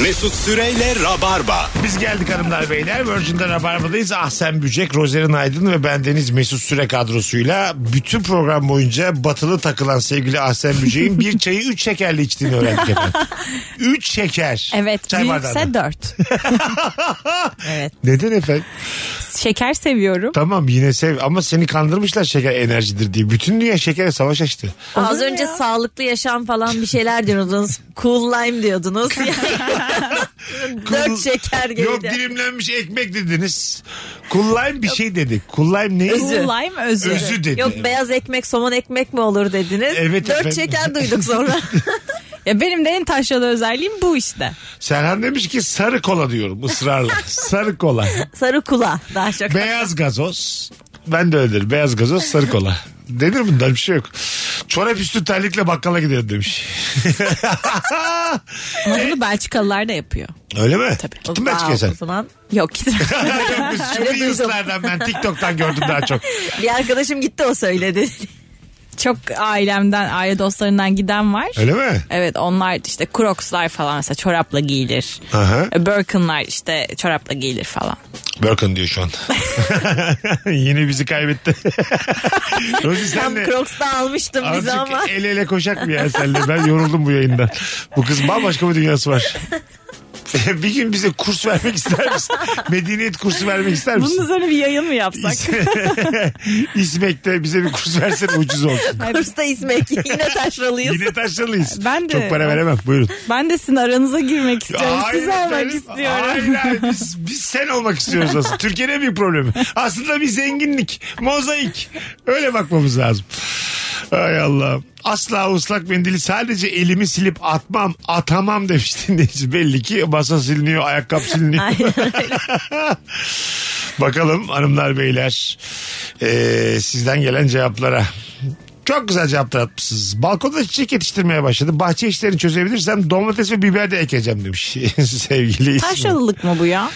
Speaker 2: Mesut Süreyle Rabarba.
Speaker 3: Biz geldik hanımlar beyler. Virgin'de Rabarba'dayız. Ahsen Bücek, Rozerin Aydın ve bendeniz Mesut Süre kadrosuyla bütün program boyunca batılı takılan sevgili Ahsen Bücek'in bir çayı üç şekerli içtiğini öğrendik efendim. Üç şeker.
Speaker 5: Evet.
Speaker 3: Çay bardağında.
Speaker 5: büyükse dört.
Speaker 4: <laughs>
Speaker 3: Neden efendim?
Speaker 5: Şeker seviyorum.
Speaker 3: Tamam yine sev ama seni kandırmışlar şeker enerjidir diye. Bütün dünya şekere savaş açtı.
Speaker 4: Az önce sağlıklı yaşam falan bir şeyler diyordunuz. cool lime diyordunuz. Dört şeker
Speaker 3: Yok
Speaker 4: geldi.
Speaker 3: dilimlenmiş ekmek dediniz. Kullayım bir şey dedi. Kullayım neyi?
Speaker 4: Özü.
Speaker 5: Cool lime özü.
Speaker 3: Özü dedi.
Speaker 4: Yok, beyaz ekmek somon ekmek mi olur dediniz.
Speaker 3: Evet
Speaker 4: Dört
Speaker 3: efendim.
Speaker 4: şeker
Speaker 3: <laughs>
Speaker 4: duyduk sonra.
Speaker 5: Ya benim de en taşralı özelliğim bu işte.
Speaker 3: Serhan demiş ki sarı kola diyorum ısrarla. sarı kola.
Speaker 4: Sarı kula daha çok.
Speaker 3: Beyaz gazoz. Ben de öyle derim. Beyaz gazoz sarı kola. Denir bundan bir şey yok. Çorap üstü terlikle bakkala gidelim demiş.
Speaker 5: Ama bunu Belçikalılar da yapıyor.
Speaker 3: Öyle mi? Tabii. Gittin ben
Speaker 4: Wow,
Speaker 3: çıkıyor
Speaker 4: <laughs>
Speaker 3: sen.
Speaker 4: o zaman
Speaker 5: Yok gitmem.
Speaker 3: Yok, biz Şunu
Speaker 4: duydum.
Speaker 3: Reels'lerden ben TikTok'tan gördüm daha çok.
Speaker 4: <laughs> bir arkadaşım gitti o söyledi.
Speaker 5: Çok ailemden, aile dostlarından giden var.
Speaker 3: Öyle mi?
Speaker 5: Evet onlar işte crocslar falan mesela çorapla giyilir. <laughs>
Speaker 3: Aha.
Speaker 5: Birken'lar işte çorapla giyilir falan.
Speaker 3: Birkin diyor şu an. <laughs> Yine bizi kaybetti. Rozi
Speaker 4: Tam
Speaker 3: senle
Speaker 4: Crocs'ta almıştım bizi ama.
Speaker 3: azıcık el ele koşak mı ya senle? Ben yoruldum bu yayından. Bu kız bambaşka bir dünyası
Speaker 5: <laughs>
Speaker 3: var. bir gün bize kurs vermek ister misin? Medeniyet kursu vermek ister misin?
Speaker 5: Bunun üzerine bir yayın mı yapsak?
Speaker 3: İsmek'te bize bir kurs versene ucuz olsun.
Speaker 4: Crocs'ta İsmek. <laughs> Yine taşralıyız.
Speaker 3: Yine taşralıyız.
Speaker 5: Ben de-
Speaker 3: Çok para veremem buyurun.
Speaker 5: ben de sizin aranıza girmek istiyorum. Siz olmak
Speaker 3: efendim.
Speaker 5: istiyorum.
Speaker 3: Hayır, hayır. Biz, biz sen olmak istiyoruz aslında. Türkiye'nin en büyük problemi. Aslında bir zenginlik. Mozaik. Öyle bakmamız lazım. Ay Allah'ım. Asla ıslak mendili sadece elimi silip atmam, atamam demiş dinleyici. Belli ki masa siliniyor, ayakkabı siliniyor. <laughs> Bakalım hanımlar beyler ee, sizden gelen cevaplara. Çok güzel cevaplar atmışsınız. Balkonda çiçek yetiştirmeye başladım. Bahçe işlerini çözebilirsem domates ve biber de ekeceğim demiş <laughs> sevgili İsmail.
Speaker 5: Taşralılık mı bu ya?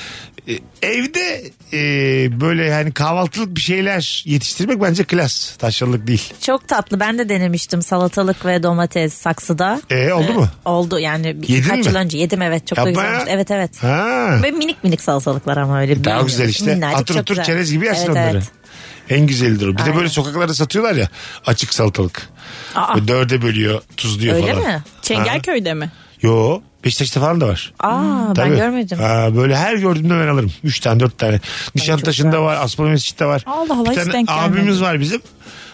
Speaker 3: Ee, Evde ee, böyle yani kahvaltılık bir şeyler yetiştirmek bence klas. Taşralık değil.
Speaker 4: Çok tatlı. Ben de denemiştim salatalık ve domates saksıda. Ee,
Speaker 3: E oldu mu?
Speaker 4: Oldu yani
Speaker 3: Yedin mi?
Speaker 4: birkaç yıl önce yedim evet çok
Speaker 3: Yapma
Speaker 4: da güzelmiş.
Speaker 3: ya.
Speaker 4: Evet evet.
Speaker 3: Ha.
Speaker 4: Ve minik minik salatalıklar ama öyle.
Speaker 3: Daha
Speaker 4: minik,
Speaker 3: güzel işte.
Speaker 4: minnacık,
Speaker 3: Atır
Speaker 4: çok
Speaker 3: otur
Speaker 4: güzel.
Speaker 3: çerez gibi yersin
Speaker 4: Evet,
Speaker 3: onları.
Speaker 4: evet.
Speaker 3: En güzelidir o. Bir de
Speaker 4: Aynen.
Speaker 3: böyle sokaklarda satıyorlar ya açık salatalık. Böyle dörde bölüyor, tuzluyor
Speaker 4: Öyle
Speaker 3: falan.
Speaker 4: mi?
Speaker 5: Çengelköy'de mi?
Speaker 3: Yo. Beşiktaş'ta falan da var.
Speaker 4: Aa ben
Speaker 3: Tabii.
Speaker 4: görmedim.
Speaker 3: Aa, böyle her gördüğümde ben alırım. Üç tane dört tane. Nişantaşı'nda var. Aspalı Mescid'de var.
Speaker 5: Allah Allah,
Speaker 3: Bir
Speaker 5: hiç
Speaker 3: tane
Speaker 5: denk
Speaker 3: abimiz
Speaker 5: gelmedi.
Speaker 3: var bizim.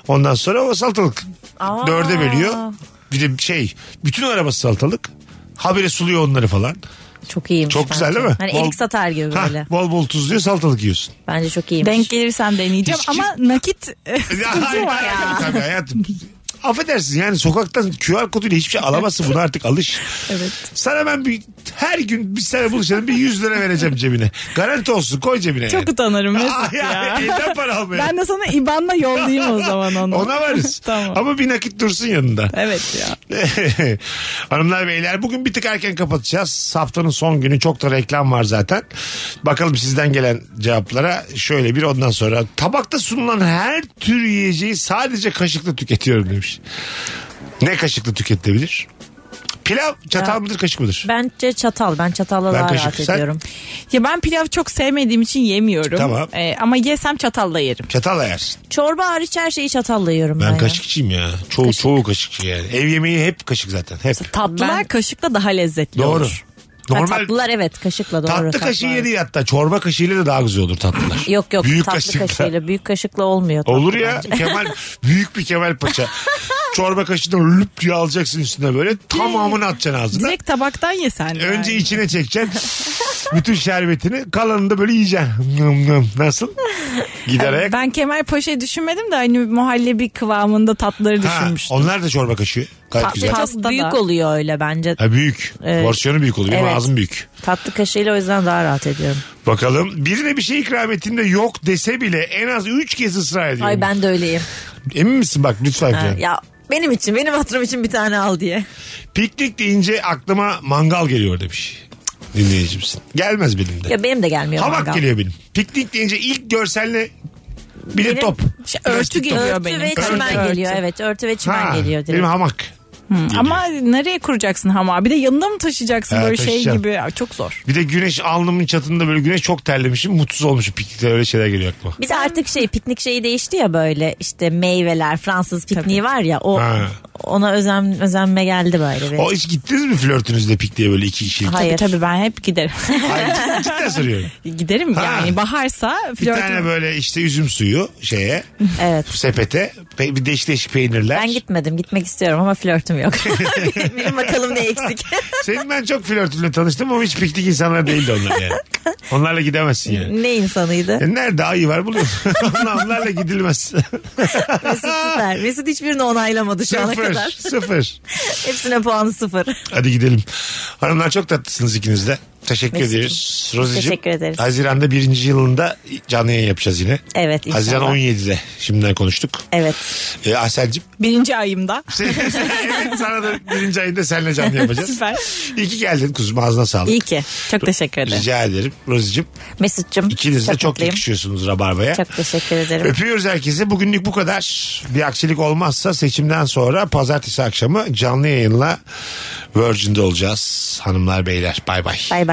Speaker 3: Ondan sonra o salatalık.
Speaker 4: Aa.
Speaker 3: Dörde bölüyor. Bir de şey bütün arabası salatalık. Habire suluyor onları falan.
Speaker 4: Çok iyiymiş.
Speaker 3: Çok güzel
Speaker 4: bence.
Speaker 3: değil mi?
Speaker 4: Hani
Speaker 3: Bol-
Speaker 4: erik satar gibi
Speaker 3: Hah,
Speaker 4: böyle.
Speaker 3: bol bol tuzluyor salatalık yiyorsun.
Speaker 4: Bence çok iyiymiş.
Speaker 5: Denk gelirsem deneyeceğim
Speaker 3: Hiç-
Speaker 5: ama nakit e,
Speaker 3: Hayır,
Speaker 5: sıkıntı var
Speaker 3: hayır,
Speaker 5: ya.
Speaker 3: Tabii hayatım. Affedersin yani sokaktan QR koduyla hiçbir şey alamazsın buna artık alış.
Speaker 5: Evet.
Speaker 3: Sana ben bir, her gün biz sana buluşalım bir 100 lira vereceğim cebine. Garanti olsun koy cebine. yani.
Speaker 5: Çok utanırım Mesut
Speaker 3: Ay,
Speaker 5: ya.
Speaker 3: ay, elden para almaya.
Speaker 5: Ben de sana IBAN'la yollayayım o zaman onu.
Speaker 3: Ona varız.
Speaker 5: <laughs> tamam.
Speaker 3: Ama bir nakit dursun yanında.
Speaker 5: Evet ya.
Speaker 3: <laughs> Hanımlar beyler bugün bir tık erken kapatacağız. Haftanın son günü çok da reklam var zaten. Bakalım sizden gelen cevaplara şöyle bir ondan sonra. Tabakta sunulan her tür yiyeceği sadece kaşıkla tüketiyorum demiş. Ne kaşıkla tüketilebilir? Pilav çatal mıdır kaşık mıdır?
Speaker 4: Bence çatal. Ben çatalla
Speaker 3: Ben
Speaker 4: daha
Speaker 3: kaşık.
Speaker 4: rahat
Speaker 3: Sen-
Speaker 4: ediyorum.
Speaker 5: Ya ben pilav çok sevmediğim için yemiyorum.
Speaker 3: Tamam.
Speaker 5: Ee, ama yesem çatalla yerim.
Speaker 3: Çatalla yersin.
Speaker 4: Çorba hariç her şeyi çatalla yiyorum ben.
Speaker 3: Ben
Speaker 4: ya.
Speaker 3: kaşıkçıyım ya. Çoğu çoğu kaşıkçı yani. Ev yemeği hep kaşık zaten. Hep.
Speaker 5: Tatlılar
Speaker 4: Ben-
Speaker 5: kaşıkla daha lezzetli
Speaker 3: Doğru.
Speaker 5: olur.
Speaker 4: Ha,
Speaker 3: Normal
Speaker 4: tatlılar evet kaşıkla doğru.
Speaker 3: Tatlı
Speaker 4: tatlı
Speaker 3: kaşığı
Speaker 4: evet.
Speaker 3: yedi hatta çorba kaşığıyla da daha güzel olur tatlılar.
Speaker 4: <laughs> Yok yok
Speaker 3: Büyük
Speaker 4: tatlı
Speaker 3: kaşıkla.
Speaker 4: kaşığıyla büyük kaşıkla olmuyor. tatlı
Speaker 3: Olur ya
Speaker 4: bence. <laughs>
Speaker 3: Kemal büyük bir Kemal paça. çorba kaşığını lüp diye alacaksın üstüne böyle tamamını atacaksın ağzına.
Speaker 5: Direkt tabaktan yesen.
Speaker 3: Önce
Speaker 5: yani.
Speaker 3: içine çekeceksin. Bütün şerbetini kalanını da böyle yiyeceksin. Nım nım. Nasıl? Gider ayak.
Speaker 5: Ben Kemal Paşa'yı düşünmedim de hani muhallebi kıvamında tatları
Speaker 3: Ha,
Speaker 5: düşünmüştüm.
Speaker 3: onlar da çorba kaşığı. Gayet
Speaker 5: Tatlı
Speaker 3: güzel.
Speaker 5: çok-
Speaker 4: Çok
Speaker 5: Pasta
Speaker 4: büyük
Speaker 5: da.
Speaker 4: oluyor öyle bence.
Speaker 3: Ha büyük.
Speaker 4: Evet.
Speaker 3: Porsiyonu büyük oluyor. Benim
Speaker 4: Evet.
Speaker 3: ağzım büyük.
Speaker 4: Tatlı kaşığıyla o yüzden daha rahat ediyorum.
Speaker 3: Bakalım. Birine bir şey ikram ettiğimde yok dese bile en az 3 kez ısrar ediyorum.
Speaker 4: Ay ben de öyleyim.
Speaker 3: Emin misin bak lütfen.
Speaker 4: Ha,
Speaker 3: falan.
Speaker 4: ya benim için benim hatırım için bir tane al diye.
Speaker 3: Piknik deyince aklıma mangal geliyor demiş. Dinleyicimsin. Gelmez benim de.
Speaker 4: Ya benim de gelmiyor.
Speaker 3: Hamak
Speaker 4: mangal.
Speaker 3: geliyor benim. Piknik deyince ilk görselle bir de
Speaker 4: Benim-
Speaker 3: top.
Speaker 5: Şey, örtü
Speaker 3: Plastik top.
Speaker 5: geliyor
Speaker 4: Örtü
Speaker 5: benim.
Speaker 4: ve
Speaker 5: Örtü.
Speaker 4: çimen
Speaker 5: Örtü.
Speaker 4: geliyor evet örtü ve çimen
Speaker 3: Ha,
Speaker 4: geliyor direkt.
Speaker 3: benim hamak.
Speaker 5: Ama nereye kuracaksın hamağı? Bir de yanında mı taşıyacaksın
Speaker 3: Ha,
Speaker 5: böyle şey
Speaker 3: taşıyacağım.
Speaker 5: gibi? Ya, çok zor.
Speaker 3: Bir de güneş alnımın çatında böyle güneş çok terlemişim. Mutsuz olmuşum piknikte öyle şeyler geliyor aklıma.
Speaker 4: Bir de artık şey piknik şeyi değişti ya böyle işte meyveler Fransız pikniği var ya o
Speaker 3: Ha.
Speaker 4: ona özen özenme geldi böyle. bir.
Speaker 3: O hiç gittiniz mi flörtünüzle pikniğe böyle iki kişilik?
Speaker 4: Hayır.
Speaker 5: Tabii ben hep giderim. <laughs>
Speaker 4: <laughs>
Speaker 3: Hayır. Cidden soruyorum.
Speaker 5: giderim
Speaker 3: Ha.
Speaker 5: yani. Baharsa
Speaker 3: Bir tane
Speaker 5: flört
Speaker 3: böyle işte üzüm suyu şeye
Speaker 4: Evet.
Speaker 3: sepete pe- bir değişik değişik peynirler.
Speaker 4: Ben gitmedim gitmek istiyorum ama
Speaker 3: <laughs>
Speaker 4: flörtüm yok. Benim bakalım ne eksik.
Speaker 3: Senin ben çok flörtünle tanıştım ama hiç piknik insanlar değildi onlar yani. Onlarla gidemezsin yani.
Speaker 4: <laughs> ne insanıydı?
Speaker 3: E Nerede ayı var buluyorsun. <laughs> Onlarla gidilmez.
Speaker 4: Mesut süper. Mesut hiçbirini onaylamadı <laughs> şu ana
Speaker 3: sıfır.
Speaker 4: kadar.
Speaker 3: Sıfır.
Speaker 4: Hepsine puanı sıfır.
Speaker 3: Hadi gidelim. Hanımlar çok tatlısınız ikiniz de. Teşekkür
Speaker 4: Mesut'um.
Speaker 3: ederiz. Rozi'cim.
Speaker 4: Teşekkür ederiz.
Speaker 3: Haziran'da birinci yılında canlı yayın yapacağız yine.
Speaker 4: Evet inşallah.
Speaker 3: Haziran 17'de şimdiden konuştuk.
Speaker 4: Evet.
Speaker 3: Ee, Asel'cim. <laughs>
Speaker 5: birinci ayımda.
Speaker 3: evet sana da birinci ayında seninle canlı
Speaker 4: <laughs>
Speaker 3: yapacağız.
Speaker 5: Süper.
Speaker 3: İyi ki geldin kuzum ağzına sağlık.
Speaker 4: İyi ki. Çok teşekkür ederim.
Speaker 3: Rica ederim. Rozi'cim
Speaker 4: Mesut'cum.
Speaker 3: ikiniz de çok
Speaker 4: mutluyum.
Speaker 3: yakışıyorsunuz Rabarba'ya.
Speaker 4: Çok teşekkür ederim.
Speaker 3: Öpüyoruz herkese. Bugünlük bu kadar. Bir aksilik olmazsa seçimden sonra pazartesi akşamı canlı yayınla Virgin'de olacağız. Hanımlar beyler bay bay.
Speaker 4: Bay bay.